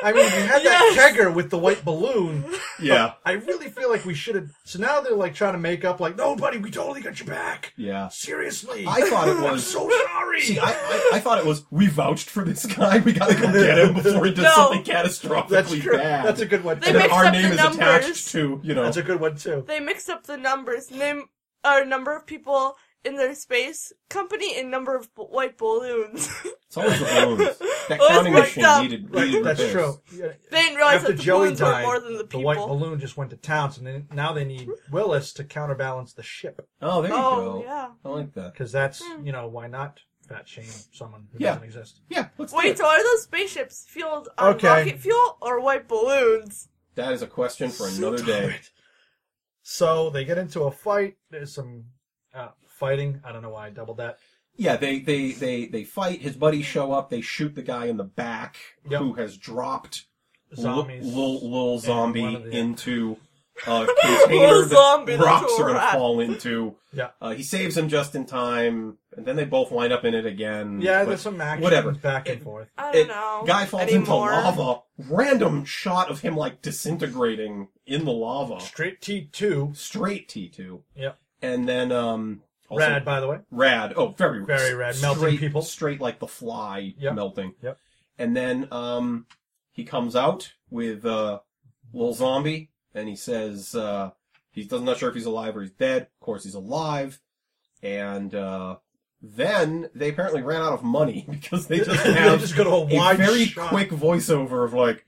I mean, we had that Yes. kegger with the white balloon. yeah, I really feel like we should have. So now they're like trying to make up, like, "No, buddy, we totally got your back. yeah. Seriously, I thought it I'm was. so sorry." See, I, I, I thought it was we vouched for this guy. We gotta go get him before he does No. something that's catastrophically true. bad. That's a good one. They and too. then mixed our up name the is numbers. attached to you know. That's a good one too. They mixed up the numbers. Name or number of people in their space company and number of b- white balloons. it's always the balloons. That Oh, it's counting messed machine up. needed, Right, needed that's repairs. true. Yeah. they didn't realize after that the Joey balloons were died, more than the the people. white balloon just went to town, so they- now they need Willis to counterbalance the ship Oh, there you oh go. yeah. I like that. because that's Hmm. you know why not fat shame someone who Yeah. doesn't exist. Yeah, let's do Wait, it. so are those spaceships fueled on Okay. rocket fuel or white balloons? That is a question for another Stop day. it. So they get into a fight. There's some uh, fighting. I don't know why I doubled that. Yeah, they, they they they fight. His buddies show up. They shoot the guy in the back Yep. who has dropped Zombies. little and one zombie of the- into uh, a container zombie that that's rocks are gonna alright. fall into. Yeah. Uh, he saves him just in time, and then they both wind up in it again. yeah, But there's some action whatever. back and It- forth. I don't it- know. Guy falls anymore. into lava. Random shot of him like disintegrating in the lava. Straight T two. Straight T two. Yep. And then um also- Rad, by the way. Rad. Oh, very Very rad. Melting straight- people. Straight like the fly Yep. melting. Yep. And then um, he comes out with uh, Lil Zombie, and he says uh, he's not sure if he's alive or he's dead. Of course, he's alive. And uh, then they apparently ran out of money because they just have just got a a wide very shot. quick voiceover of like,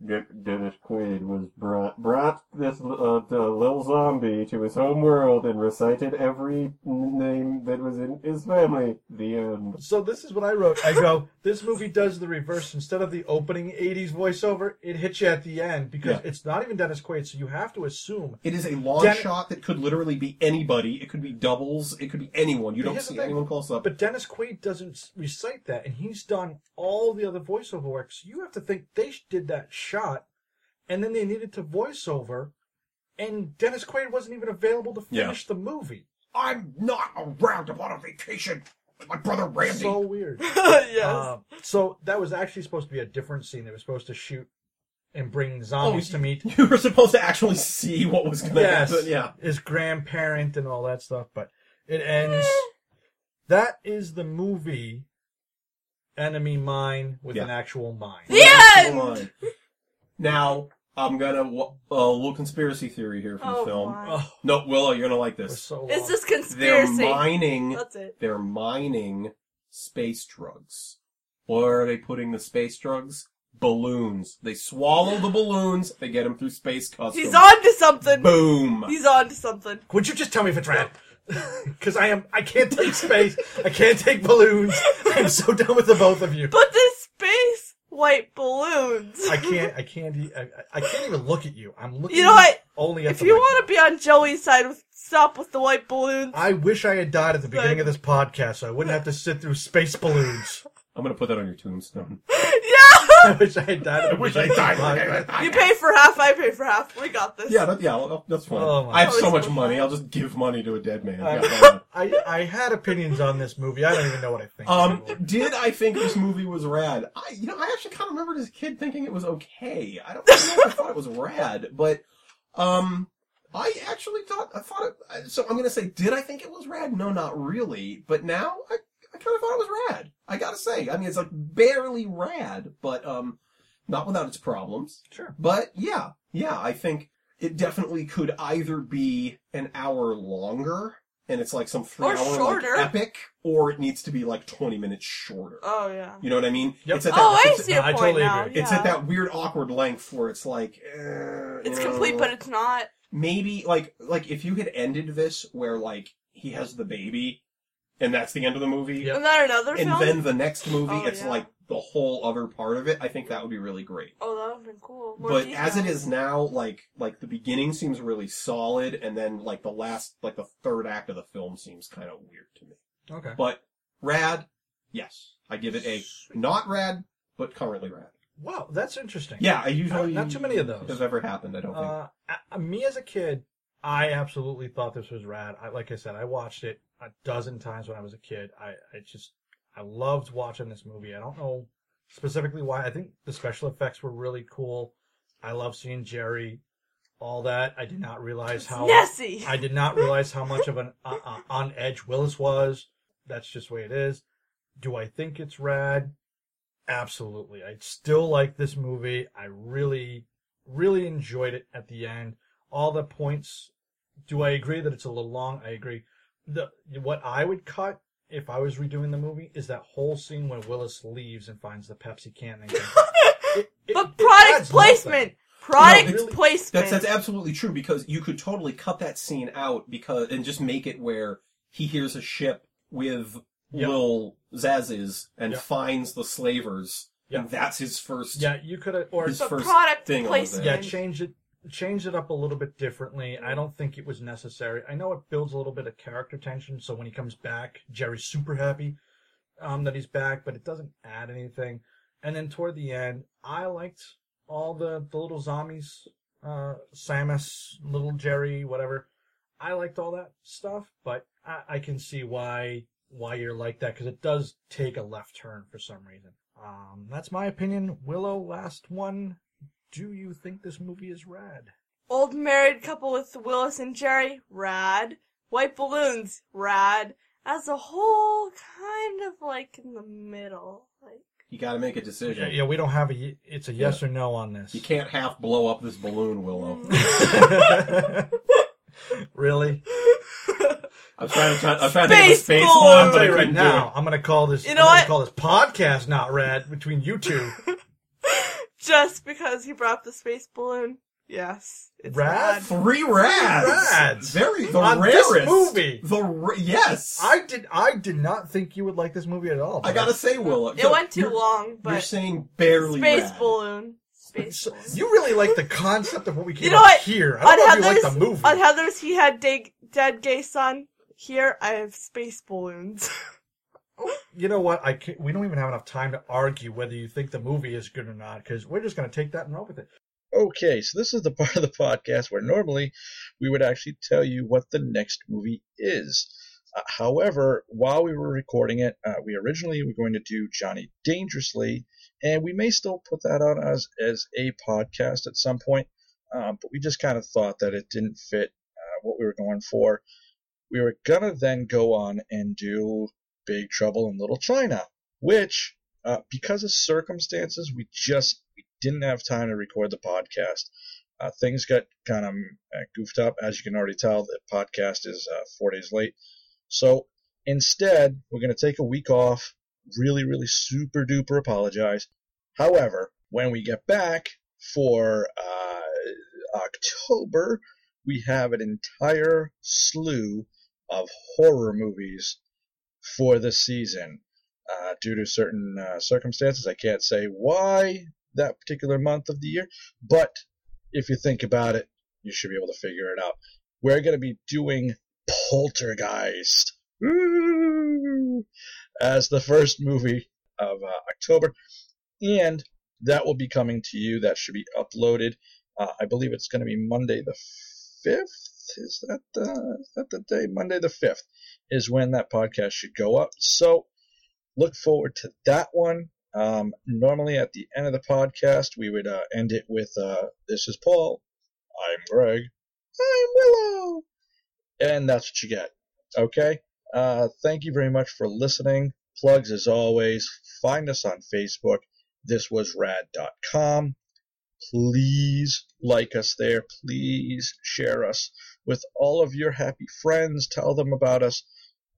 Dennis Quaid was brought brought this uh, the little zombie to his home world and recited every name that was in his family. The end. So this is what I wrote. I go, this movie does the reverse. Instead of the opening '80s voiceover, it hits you at the end because Yeah. it's not even Dennis Quaid, so you have to assume. it is a long Den- shot that could literally be anybody. It could be doubles. It could be anyone. You But don't here's the see thing. anyone close up. But Dennis Quaid doesn't s- recite that, and he's done all the other voiceover work. So you have to think they sh- did that shot, and then they needed to voiceover, and Dennis Quaid wasn't even available to Yeah. finish the movie. I'm not around. I'm on a vacation with my brother Randy. So weird. yes. Uh, so that was actually supposed to be a different scene. They were supposed to shoot and Oh, bring zombies to meet. you were supposed to actually see what was going to yes, happen. Yeah. his grandparent and all that stuff. But it ends. Eh. that is the movie Enemy Mine with Yeah. an actual mine. The end. Come on. Now I'm gonna w- uh, a little conspiracy theory here from Oh, the film. my. Oh, No, Willow, you're gonna like it was this. so It's long. just They're conspiracy. mining. That's it. They're mining space drugs. Where are they putting the space drugs? Balloons. They swallow the balloons. They get them through space customs. He's on to something. Boom. He's on to something. Would you just tell me if it's rad? Because I am. I can't take space. I can't take balloons. I'm so done with the both of you. But the space white balloons. I can't. I can't. e- I, I can't even look at you. I'm looking. You know what? Only at If the you microphone. want to be on Joey's side, with, stop with the white balloons. I wish I had died at the beginning of this podcast, so I wouldn't have to sit through space balloons. I'm gonna put that on your tombstone. I wish I had died. At the I wish I beginning of died. the podcast. I- You pay for half, I pay for half. We got this. Yeah, that, yeah, well, that's fine. Oh my I have God. so much money. I'll just give money to a dead man. Uh, Yeah, why not? I, I had opinions on this movie. I don't even know what I think. Um, anymore. did I think this movie was rad? I, you know, I actually kind of remembered as a kid thinking it was okay. I don't know if I thought it was rad, but, um, I actually thought I thought it. I- So I'm gonna say, did I think it was rad? No, not really. But now I, I kind of thought it was rad. I gotta say, I mean, it's like barely rad, but um, not without its problems. Sure. But yeah, yeah, I think it definitely could either be an hour longer, and it's like some three-hour like, shorter. epic, or it needs to be like 20 minutes shorter. Oh yeah. You know what I mean? Yep. It's at that. Oh, I it's, see your I point totally now. agree. it's yeah. at that weird awkward length where it's like eh, you It's know complete, but it's not. maybe like like if you had ended this where like he has the baby and that's the end of the movie Yep. Is that another and film? then the next movie Oh, it's yeah. like the whole other part of it i think that would be really great oh, that would've been cool. More but as it detail. is now like like the beginning seems really solid and then like the last like the third act of the film seems kind of weird to me Okay. but rad yes i give it a not rad but currently rad Wow, that's interesting. yeah i usually Not- not too many of those. has ever happened i don't think Uh, a- me as a kid, I absolutely thought this was rad. I, like I said, I watched it a dozen times when I was a kid. I, I just, I loved watching this movie. I don't know specifically why. I think the special effects were really cool. I love seeing Jerry, all that. I did not realize how. Nessie. I did not realize how much of an uh, uh, on edge Willis was. That's just the way it is. Do I think it's rad? Absolutely. I still like this movie. I really, really enjoyed it at the end. All the points. Do I agree that it's a little long? I agree. The what I would cut if I was redoing the movie is that whole scene when Willis leaves and finds the Pepsi can. And goes, it, it- But it product adds nothing. placement. Product No, it's- placement. That's that's absolutely true because you could totally cut that scene out because and just make it where he hears a ship with Yep. Lil Zaz's and Yep. finds the slavers Yeah. and that's his first Yeah, you could have, or his But first product thing on placement. yeah there. change it change it up a little bit differently i don't think it was necessary i know it builds a little bit of character tension so when he comes back jerry's super happy um, that he's back but it doesn't add anything and then toward the end i liked all the, the little zombies uh, samus little jerry whatever i liked all that stuff but i, I can see why why you're like that because it does take a left turn for some reason um, that's my opinion willow last one do you think this movie is rad? Old married couple with Willis and Jerry, rad. White balloons, rad. As a whole, kind of like in the middle. Like You gotta make a decision. Yeah, yeah we don't have a. y- It's a yes or no on this. You can't half blow up this balloon, Willow. Mm. really? I'm trying to I'm trying Space to think of a space balloon! one, I'll but tell I you right couldn't do now. I'm gonna call this. You know I'm gonna what? Call this podcast not rad between you two. just because he brought up the space balloon. Yes. It's Rad? it. Three rads. rads. Very the On this rarest movie. The ra- yes. I did. I did not think you would like this movie at all. I gotta say, Willow. It so went too you're- long, You're but saying barely space rad. balloon. Space So, balloon. you really like the concept of what we came You know up what? here. I don't on know if Heather's, you like the movie. on Heather's, he had dig, dead gay son. Here, I have space balloons. you know what? I can't, we don't even have enough time to argue whether you think the movie is good or not because we're just gonna take that and run with it. Okay, so this is the part of the podcast where normally we would actually tell you what the next movie is. Uh, however, while we were recording it, uh, we originally were going to do Johnny Dangerously, and we may still put that out as as a podcast at some point. Um, but we just kind of thought that it didn't fit uh, what we were going for. We were gonna then go on and do Big Trouble in Little China, which uh, because of circumstances, we just we didn't have time to record the podcast. Uh, things got kind of uh, goofed up, as you can already tell. The podcast is uh, four days late, so instead we're going to take a week off. Really, really super duper apologize. However, when we get back for uh, October, we have an entire slew of horror movies for the season uh, due to certain uh, circumstances. I can't say why that particular month of the year, but if you think about it, you should be able to figure it out. We're going to be doing Poltergeist Woo! as the first movie of uh, October, and that will be coming to you. That should be uploaded. Uh, I believe it's going to be Monday the 5th. Is that the, is that the day? Monday the 5th is when that podcast should go up. So look forward to that one. Um, normally, at the end of the podcast, we would uh, end it with uh, This is Paul. I'm Greg. I'm Willow. And that's what you get. Okay? Uh, thank you very much for listening. Plugs as always. Find us on Facebook. This was rad.com. Please like us there. Please share us with all of your happy friends. Tell them about us.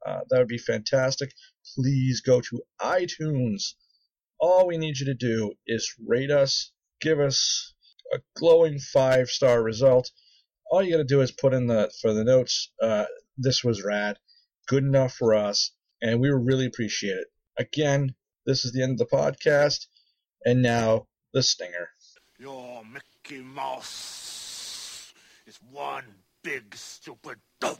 Uh, that would be fantastic. Please go to iTunes. All we need you to do is rate us, give us a glowing five star result. All you got to do is put in the for the notes. Uh, this was rad, good enough for us, and we really appreciate it. Again, this is the end of the podcast, and now the stinger. Your Mickey Mouse is one big stupid dope.